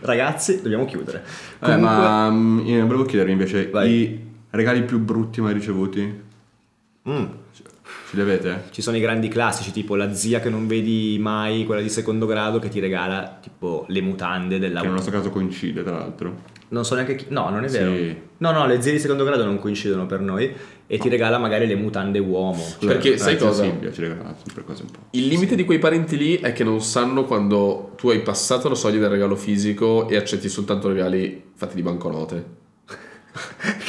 A: Ragazzi, dobbiamo chiudere.
B: Vabbè,
A: Comunque,
B: ma mm, eh, volevo chiedervi invece
A: Vai.
B: i regali più brutti mai ricevuti
A: mm,
B: ce li avete?
A: ci sono i grandi classici, tipo la zia che non vedi mai, quella di secondo grado, che ti regala tipo le mutande
B: Che nel
A: dell'auto.
B: nostro caso coincide tra l'altro.
A: Non so neanche chi... No, non è
B: Sì.
A: vero. No, no, le zie di secondo grado non coincidono per noi e ti regala magari le mutande uomo.
B: Scusa,
C: Perché
B: grazie
C: sai
B: a
C: cosa?
B: Silvia ci regala sempre cose un po'.
C: Il limite di quei parenti lì è che non sanno quando tu hai passato la soglia del regalo fisico e accetti soltanto regali fatti di banconote.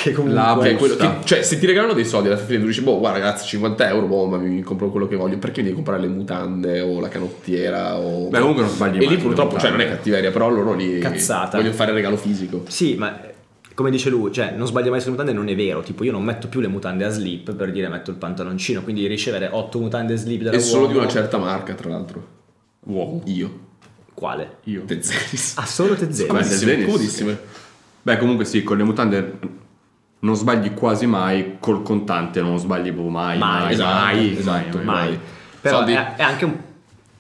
A: Che comunque...
B: La-
C: Che è quello
B: Giusta.
C: che- cioè, se ti regalano dei soldi alla fine tu dici, boh, guarda ragazzi, 50 euro, boh, ma mi compro quello che voglio. Perché mi devi comprare le mutande o la canottiera o...
B: Beh, comunque non sbagli
C: e
B: mai
C: lì
B: le
C: purtroppo,
B: mutande.
C: cioè, non è cattiveria, però loro lì...
A: Cazzata.
C: Vogliono fare il regalo fisico.
A: Sì, ma eh, come dice lui, cioè non sbaglia mai sulle mutande, non è vero. Tipo io non metto più le mutande a slip per dire metto il pantaloncino, quindi ricevere 8 mutande slip dalla
C: E solo
A: uomo-
C: di una cioè- certa marca, tra l'altro.
B: Uomo.
C: Io.
A: Quale?
B: Io.
C: Te Zeris.
A: Ah, solo te zero.
B: Vabbè,
C: Comodissime,
B: Zeris.
C: comodissime.
B: Beh, comunque sì, con le mutande non sbagli quasi mai, col contante non sbagli proprio mai,
A: Mai,
B: mai,
A: esatto,
B: mai,
C: esatto,
B: mai,
A: Mai.
B: mai.
A: Però
C: Soldi.
A: è, è anche un...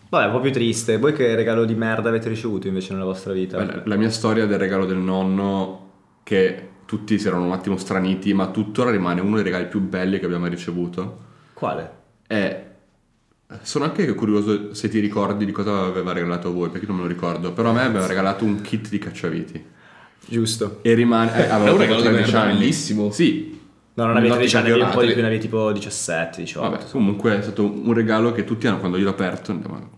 A: Vabbè, un po' più triste. Voi che regalo di merda avete ricevuto invece nella vostra vita?
B: Beh, la- La mia storia del regalo del nonno, che tutti si erano un attimo straniti, ma tuttora rimane uno dei regali più belli che abbiamo mai ricevuto.
A: Quale?
B: E sono anche curioso se ti ricordi di cosa aveva regalato a voi, perché non me lo ricordo. Però a me aveva regalato un kit di cacciaviti.
A: Giusto.
B: E rimane. eh, avevo
C: un regalo di
B: 13
C: merda
B: anni.
C: bellissimo.
B: Sì.
A: No, non avevi
B: Non ti
A: 13 anni, avevi un po' di
B: campionate.
A: più, ne avevi tipo 17, 18.
B: Vabbè, comunque è stato un regalo che tutti hanno quando io l'ho aperto. andavano-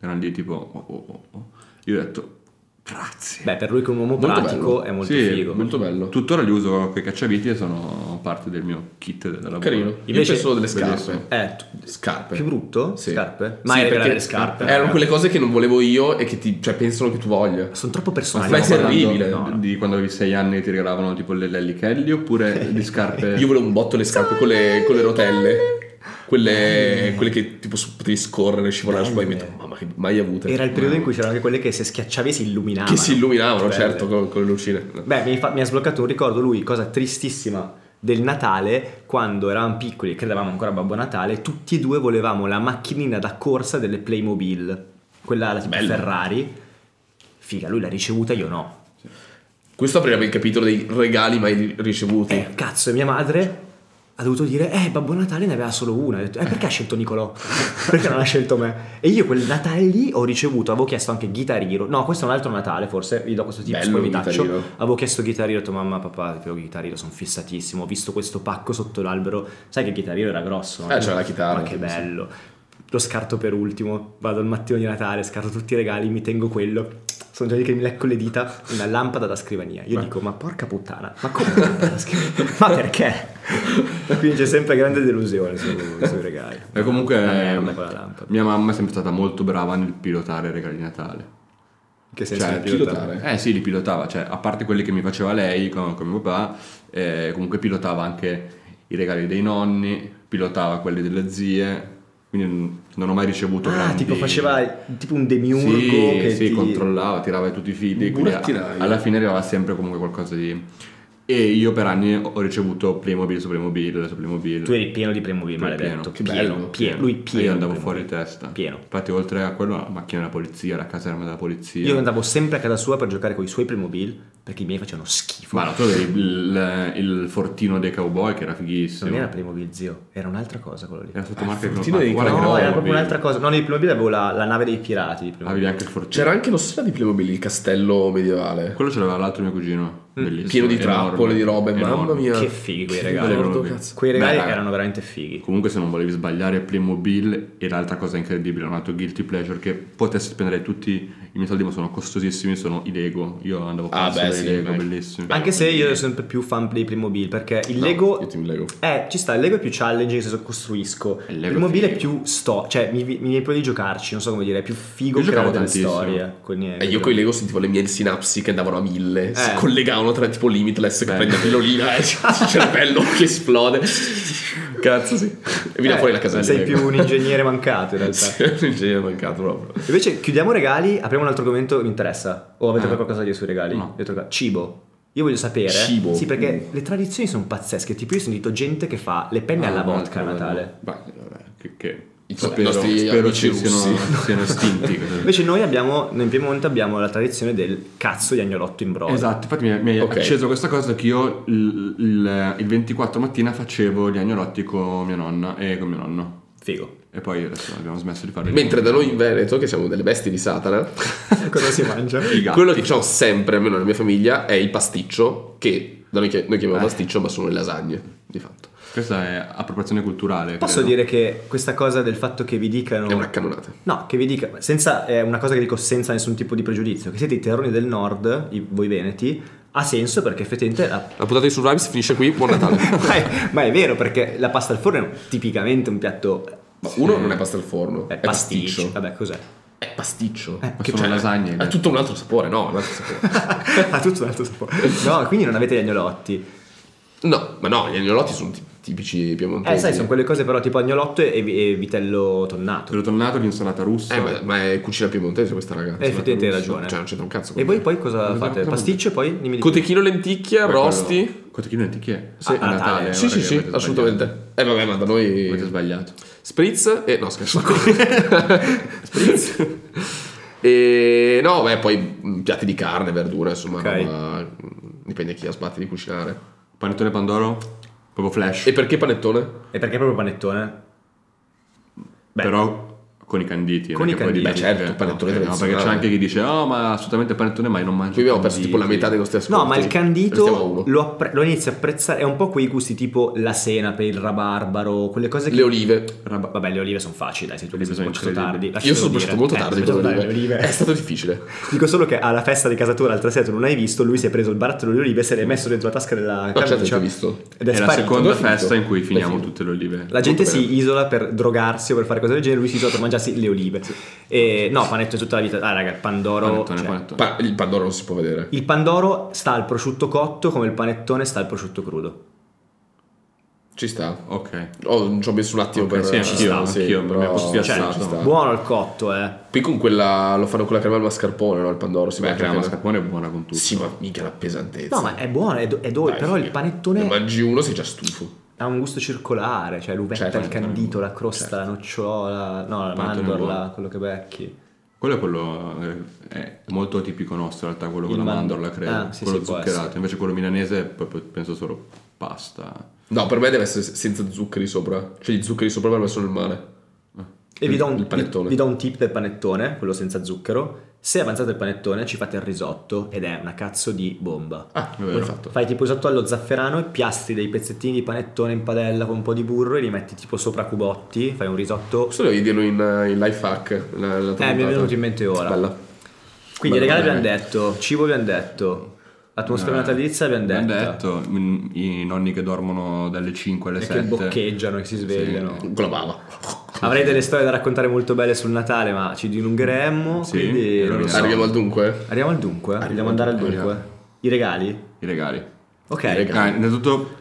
B: Erano lì tipo. "Oh, oh, oh, oh". Io ho detto. Grazie.
A: Beh, per lui che è un uomo
C: Molto
A: pratico
C: bello.
A: è molto
B: Sì,
A: figo.
C: Molto bello.
B: Tuttora li uso quei cacciaviti e sono parte del mio kit della lavoro.
C: Carino. Io
A: Invece-
C: penso solo delle
B: Bellissimo.
C: scarpe.
A: Eh, tu-
C: Scarpe.
A: più brutto?
C: Sì.
A: Scarpe?
C: Sì,
A: Ma hai
C: perché-
A: regalato le scarpe?
C: Erano quelle cose che non volevo io e che ti... Cioè, pensano che tu voglia.
A: Sono troppo personali.
C: Ma
A: no?
C: sei terribile.
B: Parlando Di quando avevi 6 anni e ti regalavano tipo le Lelly Kelly oppure di scarpe.
C: Io volevo un botto le scarpe con le, con le rotelle. Quelle, quelle che tipo su- potevi scorrere, scivolare su pavimento. Mamma che mai avute.
A: Era il periodo in cui c'erano anche quelle che se schiacciavi si illuminavano.
C: Che si illuminavano,
A: Belle.
C: certo, con, con le lucine.
A: Beh, mi, fa- mi ha sbloccato un ricordo lui, cosa tristissima del Natale, quando eravamo piccoli, credevamo ancora a Babbo Natale, tutti e due volevamo la macchinina da corsa delle Playmobil, quella la tipo
C: Bello.
A: Ferrari. Figa, lui l'ha ricevuta, io no.
C: Questo aprirebbe il capitolo dei regali mai ricevuti.
A: Eh, cazzo, e mia madre ha dovuto dire, eh, Babbo Natale ne aveva solo una. Ho detto, eh, perché ha scelto Nicolò? perché non ha scelto me? E io quel Natale lì ho ricevuto, avevo chiesto anche Guitar Hero. No, questo è un altro Natale, forse, vi do questo tipo,
C: Bello
A: poi vi
C: Guitar
A: taccio.
C: Hero.
A: Avevo chiesto Guitar Hero, ho detto, mamma, papà, ti prego Guitar Hero, sono fissatissimo, ho visto questo pacco sotto l'albero. Sai che Guitar Hero era grosso, no?
C: Eh, c'era la chitarra,
A: Ma che
C: tipo, sì.
A: bello. Lo scarto per ultimo, vado al mattino di Natale, scarto tutti i regali, mi tengo quello. Sono già lì che mi lecco le dita, una lampada da scrivania. Io dico, ma porca puttana, ma come una lampada da scrivania? Ma perché? Quindi c'è sempre grande delusione su- sui regali. Ah,
B: E comunque
A: Una
B: eh,
A: merda quella lampada.
B: mia mamma è sempre stata molto brava nel pilotare i regali di Natale.
A: In Che senso
B: Cioè,
A: di pilotare?
B: Eh sì, li pilotava, cioè, a parte quelli che mi faceva lei con, con mio papà, eh, comunque pilotava anche i regali dei nonni, pilotava quelli delle zie, quindi n- non ho mai ricevuto
A: Ah,
B: grandi...
A: tipo faceva tipo un
B: Sì,
A: demiurgo che
B: sì,
A: ti...
B: controllava, tirava tutti i fili,
C: Un
B: quindi a-
C: burattinaio.
B: alla fine arrivava sempre comunque qualcosa di... E io per anni ho ricevuto Playmobil su Playmobil su Playmobil.
A: Tu eri pieno di Playmobil,
B: Pieno,
A: maledetto.
B: che
A: Pieno,
C: bello.
A: pieno, Lui pieno.
B: Io
A: di
B: andavo
A: Playmobil.
B: fuori di testa.
A: Pieno.
B: Infatti, oltre a quello, la macchina della polizia, la caserma della polizia.
A: Io andavo sempre a casa sua per giocare con i suoi Playmobil perché i miei facevano schifo.
B: Ma no, tu avevi il, il fortino dei cowboy che era fighissimo.
A: non era Playmobil, zio, era un'altra cosa quello lì.
B: Era sotto marca
C: il
B: di
C: fortino dei
B: Guarda che
A: No,
C: cowboy.
B: era
A: era proprio
B: mobile.
A: un'altra cosa. No, nei Playmobil avevo la, la nave dei pirati. di Playmobil.
B: Avevi anche il fortino.
C: C'era anche l'ossina di Playmobil, il castello medievale.
B: Quello ce l'aveva l'altro mio cugino.
A: Mm,
B: Bellissimo.
C: pieno di
B: enorme,
C: trappole, di robe,
B: enorme.
C: mamma mia.
A: Che fighi quei
C: Che
A: regali.
C: ricordo,
B: Quello-
C: cazzo.
A: Quei regali
B: Beh, raga.
A: erano veramente fighi.
B: Comunque, se non volevi sbagliare, Playmobil e l'altra cosa incredibile, un altro guilty pleasure che potessi spendere tutti i miei soldi, ma sono costosissimi. Sono i Lego. Io andavo
C: Ah,
B: pazzo
C: beh,
B: dai
C: sì,
B: Lego,
C: beh.
B: bellissimi.
A: Anche se io ero sempre più fan dei Playmobil perché il
C: No,
A: Lego
C: Io team Lego.
A: Eh, ci sta, il Lego è più challenging, nel senso costruisco.
B: Il
A: Il,
B: Lego è
A: mobile è
B: figo.
A: più sto, cioè mi, mi viene proprio di giocarci, non so come dire, è più figo
B: Io giocavo
A: creare delle
B: tantissimo. Eh,
A: storie. con i-
C: E io con i Lego sentivo le mie sinapsi che andavano a mille, si
A: Eh.
C: collegavano tra tipo Limitless che
B: Beh.
C: prende la pillolina e il cervello che esplode. Cazzo, sì. E mi dà
A: Eh,
C: fuori la casella.
A: Sei
C: Lego.
A: più un ingegnere mancato in realtà.
C: Sì, è un ingegnere mancato proprio.
A: Invece chiudiamo regali, apriamo un altro argomento che mi interessa. O avete
B: Ah.
A: poi qualcosa da dire sui regali?
B: No.
A: Io trovo- Cibo. Io voglio sapere.
C: Cibo.
A: Sì, perché le tradizioni sono pazzesche. Tipo, io ho sentito gente che fa le penne
B: Ah,
A: alla vodka
B: un'altra
A: a
B: roba.
A: Natale.
B: Beh, vabbè, che, che...
C: I
B: spero,
C: nostri
B: spero
C: amici
B: ci siano,
C: russi.
B: siano estinti.
A: Invece, noi abbiamo, in Piemonte abbiamo la tradizione del cazzo di agnolotto in brodo.
B: Esatto, infatti mi, mi hai
C: Ok.
B: acceso questa cosa che io il, il- il 24 mattina facevo gli agnolotti con mia nonna e con mio nonno.
A: Figo.
B: E poi adesso abbiamo smesso di farli.
C: Mentre da noi in Veneto, che siamo delle bestie di Satana,
A: Cosa si mangia?
B: I gatti.
C: quello che facciamo sempre, almeno nella mia famiglia, è il pasticcio, che da noi, chi- noi chiamiamo pasticcio, ma sono le lasagne, di fatto.
B: Questa è appropriazione culturale.
A: Posso
B: credo.
A: dire che questa cosa del fatto che vi dicano.
C: È una cannonata.
A: No, che vi dica, senza, è una cosa che dico senza nessun tipo di pregiudizio, che siete i terroni del nord, i- voi veneti, ha senso perché effettivamente la
C: La puntata di Survivors finisce qui, buon Natale.
A: ma, è, ma è vero perché la pasta al forno è tipicamente un piatto
C: Ma uno non è pasta al forno,
A: è
C: è
A: pasticcio.
C: pasticcio.
A: Vabbè, cos'è?
C: È pasticcio.
B: ma sono lasagne,
C: Ha
B: dai.
C: tutto un altro sapore, no? Un altro sapore.
A: ha tutto un altro sapore. Eh, No, quindi non avete gli agnolotti.
C: no, ma no, gli agnolotti sono ti- tipici piemontesi.
A: Eh, sai, sono quelle cose però tipo agnolotto e, e vitello
B: Te
A: tonnato.
B: l'ho tornato l'insalata russa.
C: Eh, ma, ma è cucina piemontese questa ragazza.
A: Eh, effettivamente hai ragione.
C: Cioè, non c'entra un cazzo.
A: E voi poi cosa
B: Cosa-
A: fate?
B: cosa-
A: Pasticcio e poi? Dimmi di più.
C: Cotechino lenticchia,
B: Poi quello-
C: rosti. Ah,
B: Cotechino lenticchie.
A: Sì.
B: a
A: A Natale.
B: Natale.
C: sì,
B: guarda
C: sì,
B: che
C: sì,
B: avete
C: assolutamente.
B: sbagliato.
C: Eh, vabbè, ma da
B: Avete
C: noi.
B: sbagliato.
C: Spritz e. No, scherzo. Spritz. E no, beh, poi mh, piatti di carne, verdure, insomma,
A: Ok.
C: roba- mh, dipende chi ha sbatti di cucinare.
B: Panettone Pandoro? Proprio flash.
C: E perché panettone?
A: E perché proprio panettone? Beh.
B: Però con i canditi.
A: Con
B: non
A: i
B: è che poi
A: canditi.
B: dici
C: Beh, certo,
B: che-
C: panettone
B: ok, no, perché c'è
C: tradizionale.
B: anche chi dice, oh, ma assolutamente panettone, mai non mangio.
C: Qui abbiamo perso tipo la
B: canditi."
C: metà dei nostri ascolti.
A: No, ma il
C: Restiamo a
A: candito
C: uno.
A: lo, appre- lo inizi a apprezzare. È un po' quei gusti tipo la senape, il rabarbaro, quelle cose che.
C: Le olive.
B: Raba-
A: Vabbè, le olive sono facili, dai, sei tu che sei
B: Sono
A: sbocciato
B: incredibili.
A: tardi.
C: Io
A: lasciatelo
C: sono
A: dire.
C: stato molto
A: Eh,
C: tardi
A: sbocciato
C: con le
A: tardi,
C: olive. Eh, È stato difficile.
A: Dico solo che alla festa di casa tua l'altra sera tu non hai visto, lui si è preso il barattolo di olive e se l'è messo dentro la tasca della
C: No, certo,
A: camicia
C: l'ho visto.
A: Ed è,
B: È la
A: sparito.
B: seconda
C: Dove è finito?
B: festa in cui
C: Dove è
B: finiamo
C: finito?
B: tutte le olive.
A: La gente
C: Molto
A: si isola per drogarsi o per fare cose del genere, lui si isola per mangiarsi le olive. E, no, panetto tutta la vita. Ah, raga, il pandoro.
B: Panettone,
A: cioè,
B: panettone.
C: Pa- il pandoro non si può vedere.
A: Il pandoro sta al prosciutto cotto come il panettone sta al prosciutto crudo.
C: Ci sta.
B: Ok.
C: Oh, ci ho messo un attimo
B: Ok,
C: per
B: sì, anch'io,
C: sta,
B: anch'io, mi è
C: però-
B: posto spiazzato,
C: ci sta.
B: ma-
A: Cioè, Buono il cotto, eh.
C: Poi con quella lo fanno con la crema al mascarpone, no? Il pandoro si
B: Beh, la
C: mangia
B: crema
C: la
B: mascarpone è buona con tutto.
C: Sì, ma mica la pesantezza.
A: No, ma è buono, è, do- è dolce,
C: Dai,
A: però il
C: figa.
A: panettone
C: Ne mangi uno sei già stufo.
A: ha un gusto circolare, cioè l'uvetta,
C: Certo,
A: il candito, la crosta,
C: certo.
A: la nocciola, no, la
B: panettone
A: mandorla,
B: buono.
A: quello che becchi.
B: Quello è quello eh, è molto tipico nostro in realtà, quello con
A: Il
B: la
A: man-
B: mandorla, credo,
A: Ah, sì,
B: quello
A: sì, può
B: zuccherato.
A: essere.
B: Invece quello milanese è proprio penso solo pasta.
C: No, per me deve essere senza zuccheri sopra. Cioè, gli zuccheri sopra per me sono il male.
A: E vi do, un,
C: Il panettone.
A: vi- vi do un tip del panettone, quello senza zucchero. Se avanzate il panettone ci fate il risotto ed è una cazzo di bomba.
C: Ah,
B: vero.
C: l'ho fatto.
A: Fai tipo risotto allo zafferano e piastri dei pezzettini di panettone in padella con un po' di burro e li metti tipo sopra cubotti, fai un risotto.
C: Questo devi dirlo in, eh, in life hack. La, la
A: Eh, mi è venuto in mente ora.
C: Bella.
A: Quindi i
C: Bello,
A: regali abbiamo
C: bene.
A: detto, cibo abbiamo detto, L'atmosfera
B: Eh,
A: natalizia abbiamo
B: Abbiamo
A: detto.
B: detto mm, i nonni che dormono dalle 5 alle
A: E
B: 7.
A: che boccheggiano, che si svegliano.
B: Sì.
C: Con la bava.
A: Avrei delle storie da raccontare molto belle sul Natale, ma ci dilungheremmo.
B: Sì,
A: quindi non lo so.
C: Arriviamo al dunque.
A: Arriviamo al dunque. Vogliamo andare al dunque.
B: arriviamo.
A: I regali?
B: I regali.
A: Ok.
C: I regali.
B: Ah, innanzitutto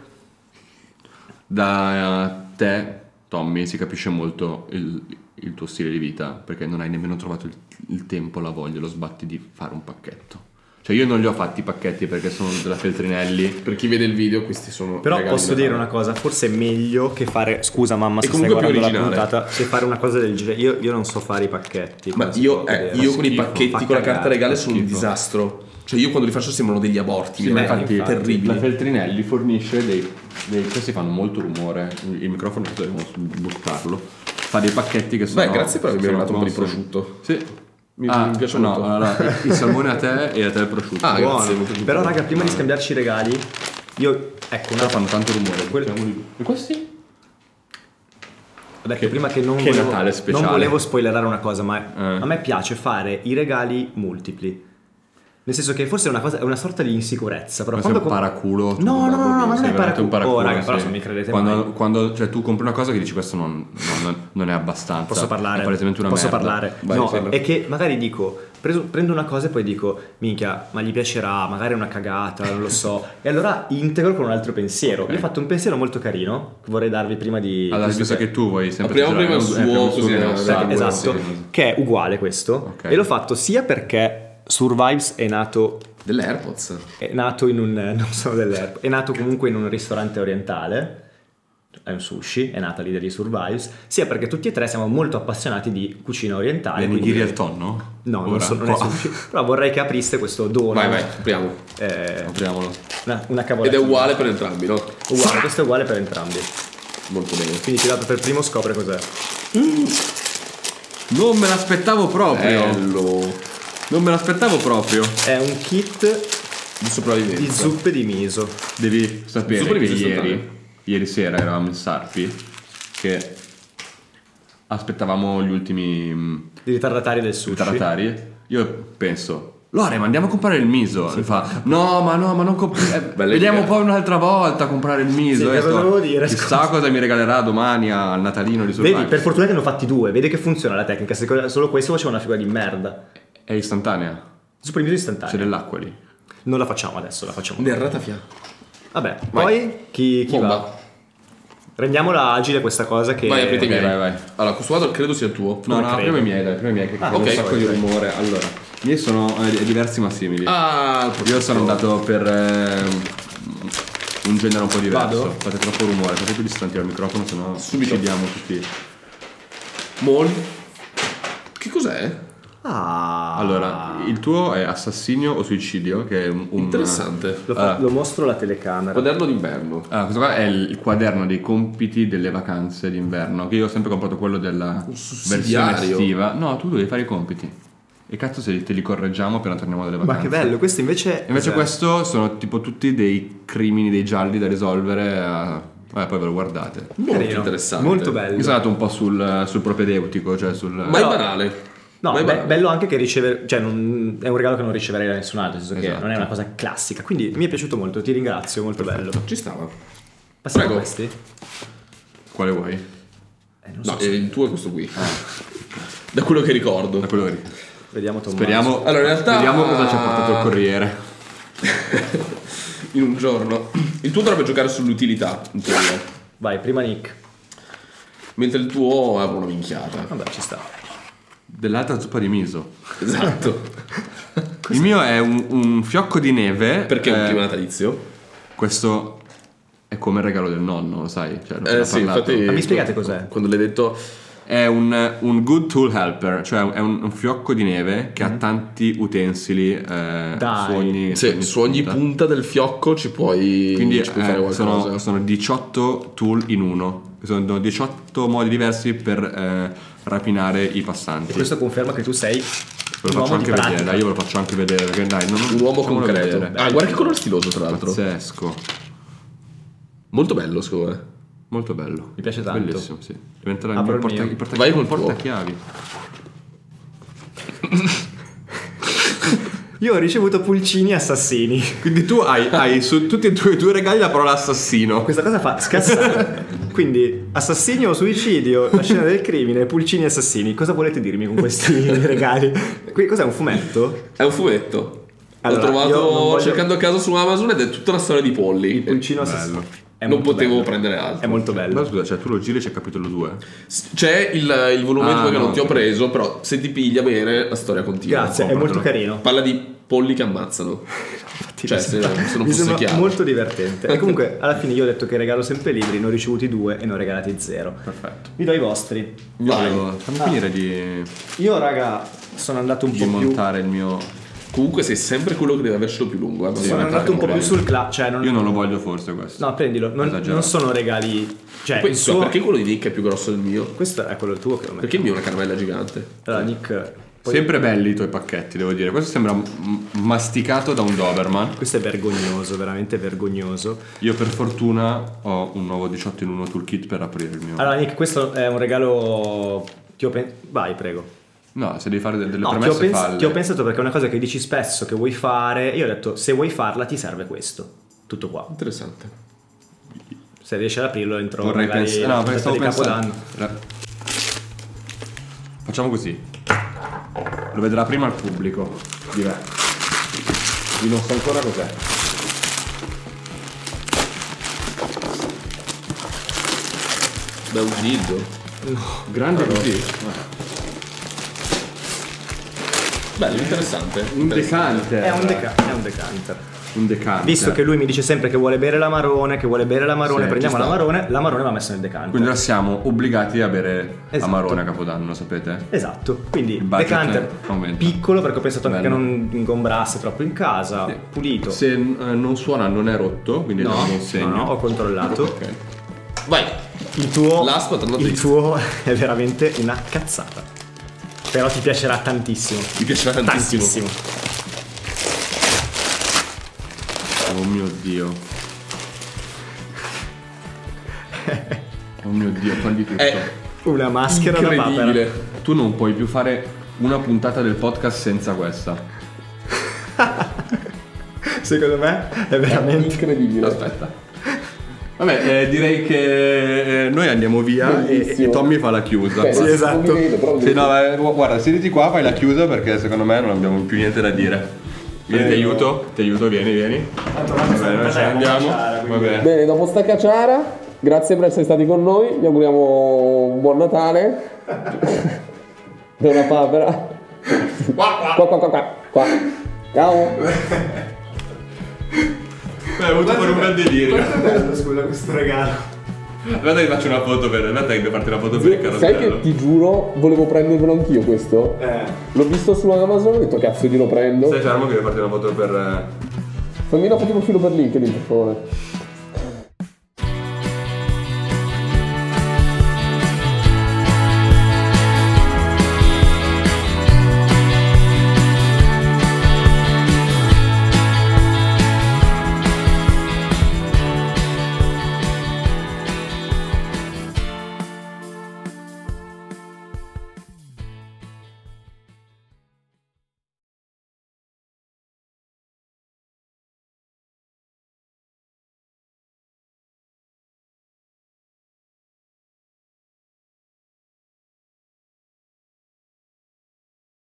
B: da eh, te, Tommy, si capisce molto il, il tuo stile di vita perché non hai nemmeno trovato il, il tempo, la voglia, lo sbatti di fare un pacchetto. Cioè io non li ho fatti i pacchetti perché sono della Feltrinelli.
C: Per chi vede il video, questi sono.
A: Però
C: regali
A: posso
C: da
A: dire
C: fare.
A: una cosa, forse è meglio che fare. Scusa, mamma,
C: È
A: se stai
C: comunque più
A: guardando la
C: originale.
A: puntata, che fare una cosa del genere. Io, io non so fare i pacchetti.
C: Ma
A: questo
C: io,
A: è
C: eh,
A: vero.
C: io con i
A: Schifo,
C: pacchetti
A: fa
C: con la carta
A: cagare.
C: regale sono un
B: schifo.
C: disastro. Cioè, io quando li faccio sembrano degli aborti, mi
A: beh,
C: sono
A: infatti,
B: La
C: terribili.
B: Feltrinelli fornisce dei, dei- Questi fanno molto rumore. Il microfono dobbiamo buttarlo. Fa dei pacchetti che sono.
C: Beh, grazie per avermi
B: sono
C: regalato un po' di
B: promosse.
C: prosciutto.
B: Sì.
C: Mi,
B: Ah,
C: mi piace
B: no,
C: molto.
B: allora, il salmone a te e a te il prosciutto.
C: Ah,
B: Buono.
C: grazie.
A: Però, raga, prima di scambiarci i regali, io. Ecco, una
B: Però fanno tanto rumore.
A: Quello-
B: buttiamoli- E questi?
A: Ho detto prima che non,
B: che
A: volevo,
B: Natale speciale.
A: non volevo spoilerare una cosa, ma
B: Eh.
A: a me piace fare i regali multipli. Nel senso che forse è una, cosa, è una sorta di insicurezza. Però
B: Ma sei
A: quando
B: un paraculo. tu,
A: No, no, no, no, ma non
B: sei
A: è
B: veramente
A: paraculo.
B: un
A: Oh, raga,
B: sì.
A: però se mi credete mai.
B: quando, quando- cioè, tu compri una cosa che dici questo non, non- non è abbastanza.
A: Posso parlare?
B: Esatto, È palesemente una
A: Posso
B: merda.
A: parlare?
B: Vai,
A: no, eh,
B: parla.
A: è che magari dico, preso- prendo una cosa e poi dico, minchia, ma gli piacerà, magari è una cagata, non lo so. e allora integro con un altro pensiero.
B: Ok.
A: Io ho fatto un pensiero molto carino, che vorrei darvi prima di...
B: Allora,
A: questo
B: penso
A: che-
B: che tu vuoi sempre
C: Apriamo
B: girare,
C: prima il
B: eh,
C: suo,
B: apriamo il
C: così,
B: che non
C: eh,
B: sa,
C: esatto.
B: guarda,
A: eh, esatto,
B: sì.
A: che è uguale questo.
B: Ok.
A: E l'ho fatto sia perché Survives è nato
C: Delle AirPods.
A: è nato in un non sono dell'erba, è nato comunque in un ristorante orientale. È un sushi, è nata l'idea di Survives, sia perché tutti e tre siamo molto appassionati di cucina orientale.
B: Le
A: quindi-
B: nigiri al tonno?
A: No, non,
B: Ora,
A: so, non è
B: qua.
A: sushi. Però vorrei che apriste questo dono.
C: Vai, vai, apriamo.
A: eh,
B: Apriamolo.
A: una, una
C: Ed
A: cavolata.
C: è uguale per entrambi, no? Oh,
A: Uguale, questo è uguale per entrambi.
C: Molto bene.
A: Quindi chi dato per primo scopre cos'è.
B: Non me l'aspettavo proprio.
C: Bello.
B: Non me l'aspettavo proprio.
A: È un kit
C: Di
A: di
C: sopravvivenza.
A: zuppe di miso.
B: Devi sapere
C: Super
B: che
C: Vivi
B: ieri,
C: Istantaneo.
B: ieri sera eravamo in Sarpi che aspettavamo gli ultimi mm,
A: Di ritardatari del sushi.
B: taratari. Io penso, Lore, ma andiamo a comprare il miso. E fa, no, ma no, ma non compriamo.
C: Bella
B: vediamo
C: idea.
B: poi un'altra volta a comprare il miso.
A: Sì,
B: eh,
A: cosa
B: sto-
A: volevo dire,
B: Chissà cosa mi regalerà domani al Natalino di
A: Vedi,
B: Survive.
A: per fortuna che ne ho fatti due, vedi che funziona la tecnica, se solo questo faceva una figura di merda.
B: È istantanea.
A: Super miso
B: C'è
A: istantaneo.
B: dell'acqua lì.
A: Non la facciamo adesso, la facciamo.
C: Del ratafia.
A: Vabbè,
C: Vai.
A: poi chi, chi va?
C: Bomba.
A: Rendiamola agile questa cosa che...
C: Vai, aprite i
B: ok,
C: miei.
B: vai, vai.
C: Allora, questo quadro credo sia il tuo.
B: No,
A: Come
B: no,
A: credo.
B: prima i miei, dai, prima i miei che
A: Ah,
B: fanno
A: ok,
B: un sacco
A: ok,
B: di
A: ok.
B: rumore. Allora, i miei sono eh, diversi ma simili.
C: Ah,
B: Io sono andato per ehm, un genere un po' diverso.
A: Vado?
B: Fate troppo rumore, fate più distanti dal microfono, sennò
C: Subito.
B: uccidiamo tutti.
C: Mol. Che cos'è?
A: Ah,
B: Allora, il tuo è assassinio o suicidio, che è un. un-
C: Interessante.
A: lo, fa-
B: Ah.
A: lo mostro alla telecamera.
C: Quaderno d'inverno.
B: Ah, questo qua è il quaderno dei compiti delle vacanze d'inverno. Che io ho sempre comprato quello della
C: Un
B: versione
C: sussidiario.
B: estiva. No, tu devi fare i compiti. E cazzo se te li correggiamo appena torniamo dalle vacanze.
A: Ma che bello, Cioè. questo invece...
B: Invece
A: cos'è?
B: questo sono tipo tutti dei crimini, dei gialli da risolvere. eh, Vabbè, poi ve lo guardate.
C: Molto
A: Carino,
C: interessante.
A: Molto bello.
B: Mi sono andato un po' sul, sul propedeutico, cioè sul...
C: Ma è
A: Però-
C: banale.
A: No,
C: Ma è
A: beh,
C: banale.
A: bello anche che riceve, cioè non- è un regalo che non riceverei da nessun altro, nel senso che
B: Esatto.
A: non è una cosa classica. Quindi mi è piaciuto molto, ti ringrazio, molto bello.
C: Ci stava.
A: Passiamo
C: Prego.
A: a questi?
B: Quale vuoi?
A: Eh, non so,
C: No, eh, il tuo è questo qui. Da quello che ricordo.
B: Da quello che...
A: vediamo Tommaso.
B: Speriamo...
C: Allora, in realtà-
B: Vediamo cosa ci ha portato il corriere.
C: In un giorno. Il tuo dovrebbe giocare sull'utilità, in teoria.
A: Vai, prima Nick.
C: Mentre il tuo è una minchiata.
A: Vabbè, ci sta.
B: Dell'altra zuppa di miso.
C: Esatto.
B: Il mio è un, un fiocco di neve.
C: Perché è un
B: eh,
C: clima natalizio?
B: Questo è come il regalo del nonno, lo sai? Cioè, ne ho
C: Eh sì,
B: parlato.
C: infatti.
A: Ma mi spiegate cos'è?
C: Quando l'hai detto.
B: È un, un good tool helper, cioè è un, un fiocco di neve che ha tanti utensili eh,
A: Dai.
B: su ogni,
C: Se su ogni punta. del fiocco ci puoi,
B: Quindi
C: ci puoi fare
B: eh,
C: qualcosa.
B: sono, sono 18 tool in uno. Sono 18 modi diversi per eh, rapinare i passanti.
A: E questo conferma che tu sei
B: Ve lo
A: un
B: faccio
A: uomo di
B: anche vedere,
A: pratica.
B: dai, io ve lo faccio anche vedere. Perché, dai, non,
C: Un uomo
B: facciamolo
C: concreto.
B: vedere.
C: Ah, guarda che colore stiloso, tra l'altro.
B: Pazzesco.
C: Molto bello, secondo me.
B: Molto bello.
A: Mi piace tanto.
B: Bellissimo, sì. Diventerà il
A: Apro
B: mio
A: il
B: porta,
A: mio.
B: il porta-
C: Vai
B: il
C: col tuo.
B: portachiavi.
A: Io ho ricevuto pulcini assassini.
B: Quindi tu hai, hai su tutti e due i tuoi regali la parola assassino.
A: Questa cosa fa scassare. Quindi, assassini o suicidio, la scena del crimine, pulcini assassini. Cosa volete dirmi con questi regali? Qui cos'è un fumetto?
C: È un fumetto.
A: Allora,
C: L'ho
A: io non
C: trovato
A: voglio-
C: cercando a caso su Amazon ed è tutta la storia di polli.
A: Il pulcino assassino.
B: bello.
A: È
C: non
A: molto
C: potevo
A: bello.
C: prendere altro.
A: È molto
B: Ma
A: bello.
B: scusa, cioè tu lo giri e c'è capitolo 2.
C: S- C'è il, il volume
B: Ah,
C: 2 che non
B: no.
C: ti ho preso, però se ti piglia bene la storia continua.
A: Grazie, è
B: compratelo.
A: molto carino.
C: Parla di polli che ammazzano.
A: Infatti,
C: Cioè,
A: mi
C: se-
A: sembra-
C: se non
A: mi
C: fosse
A: sembra
C: chiaro.
A: molto divertente. E comunque, alla fine io ho detto che regalo sempre libri, ne ho ricevuti due e ne ho regalati zero.
B: Perfetto.
A: Vi do i vostri.
B: Io
C: Vai.
B: volevo- fammi
A: Ah.
B: finire di,
A: Io, raga, sono andato un
B: di
A: po' più.
B: montare il mio...
C: Comunque sei sempre quello che deve avercelo più lungo. Eh?
A: Sono andato un po' più sul cla. Cioè, non-
B: Io non lo voglio forse questo.
A: No, prendilo. Non,
B: Esagerato.
A: non sono regali. Cioè,
C: Poi,
A: il
C: scusa,
A: suo-
C: perché quello di Nick è più grosso del mio?
A: Questo è quello tuo che lo metto.
C: Perché il mio è una caramella gigante?
A: Allora, Nick. poi-
B: Sempre belli i tuoi pacchetti, devo dire. Questo sembra m- masticato da un Doberman.
A: Questo è vergognoso, veramente vergognoso.
B: Io per fortuna ho un nuovo 18 in 1 toolkit per aprire il mio.
A: Allora, Nick, questo è un regalo. Ti ho pen- Vai, prego.
B: No, se devi fare de- delle
A: No, ti ho,
B: premesse
A: pens-
B: falle.
A: ti ho pensato perché è una cosa che dici spesso che vuoi fare. Io ho detto, se vuoi farla, ti serve questo. Tutto qua.
C: Interessante.
A: Se riesci ad aprirlo entro
B: Vorrei
A: magari
B: pensare.
A: la
B: No, perché
A: festa
B: stavo
A: di
B: pensando.
A: Capodanno.
B: Ra- Facciamo così. Lo vedrà prima il pubblico. Direi. Io non so ancora cos'è.
C: Da un dildo.
B: Grande così.
C: Bello, interessante.
B: Un
C: Interessante.
B: decante.
A: È un, deca- è un decanter.
B: Un decante.
A: Visto che lui mi dice sempre che vuole bere la marone, che vuole bere la marone,
B: Sì,
A: prendiamo
B: ci
A: la
B: sta.
A: marone, la marone va messa nel decanter.
B: Quindi ora siamo obbligati a bere
A: Esatto.
B: Amarone a Capodanno, lo sapete?
A: Esatto, quindi
B: Il budget
A: decanter
B: aumenta.
A: piccolo perché ho pensato anche
B: Bello.
A: che non ingombrasse troppo in casa,
B: Sì.
A: pulito.
B: Se eh, non suona non è rotto, quindi
A: No,
B: è un buon
A: no,
B: segno.
A: no, ho controllato.
B: Ok.
C: Vai.
A: Il tuo,
C: Last but not
A: il
C: least.
A: tuo è veramente una cazzata. Però ti piacerà tantissimo.
C: Mi piacerà tantissimo.
A: Tantissimo.
B: Oh mio dio. Oh mio dio, quindi tutto.
C: È
A: Eh, Una maschera da papera.
C: incredibile.
B: Tu non puoi più fare una puntata del podcast senza questa.
A: Secondo me è veramente.
B: Incredibile. Aspetta. Vabbè, eh, direi che eh, noi andiamo via e, e Tommy fa la chiusa.
A: Sì, esatto.
B: Sì, no, eh, gu- guarda, siediti qua, fai la chiusa perché secondo me non abbiamo più niente da dire. Vieni, ti aiuto, ti aiuto, vieni, vieni. Va bene, ce ne andiamo. Va bene.
D: Bene, dopo sta cacciara, grazie per essere stati con noi, vi auguriamo un buon Natale. Da una papera. Qua, qua, qua, qua, qua. Ciao.
B: Beh, ho avuto pure un bel delirio.
A: bello, scusa, questo regalo.
B: Guarda che faccio una foto per. Guarda che devo farti una foto per il
D: Sai che
B: carosello.
D: ti giuro, volevo prendervelo anch'io questo.
A: Eh.
D: L'ho visto su Amazon, ho detto cazzo glielo prendo.
B: Stai fermo che devo farti una foto per. eh,
D: Fammi la foto di profilo per LinkedIn, per favore.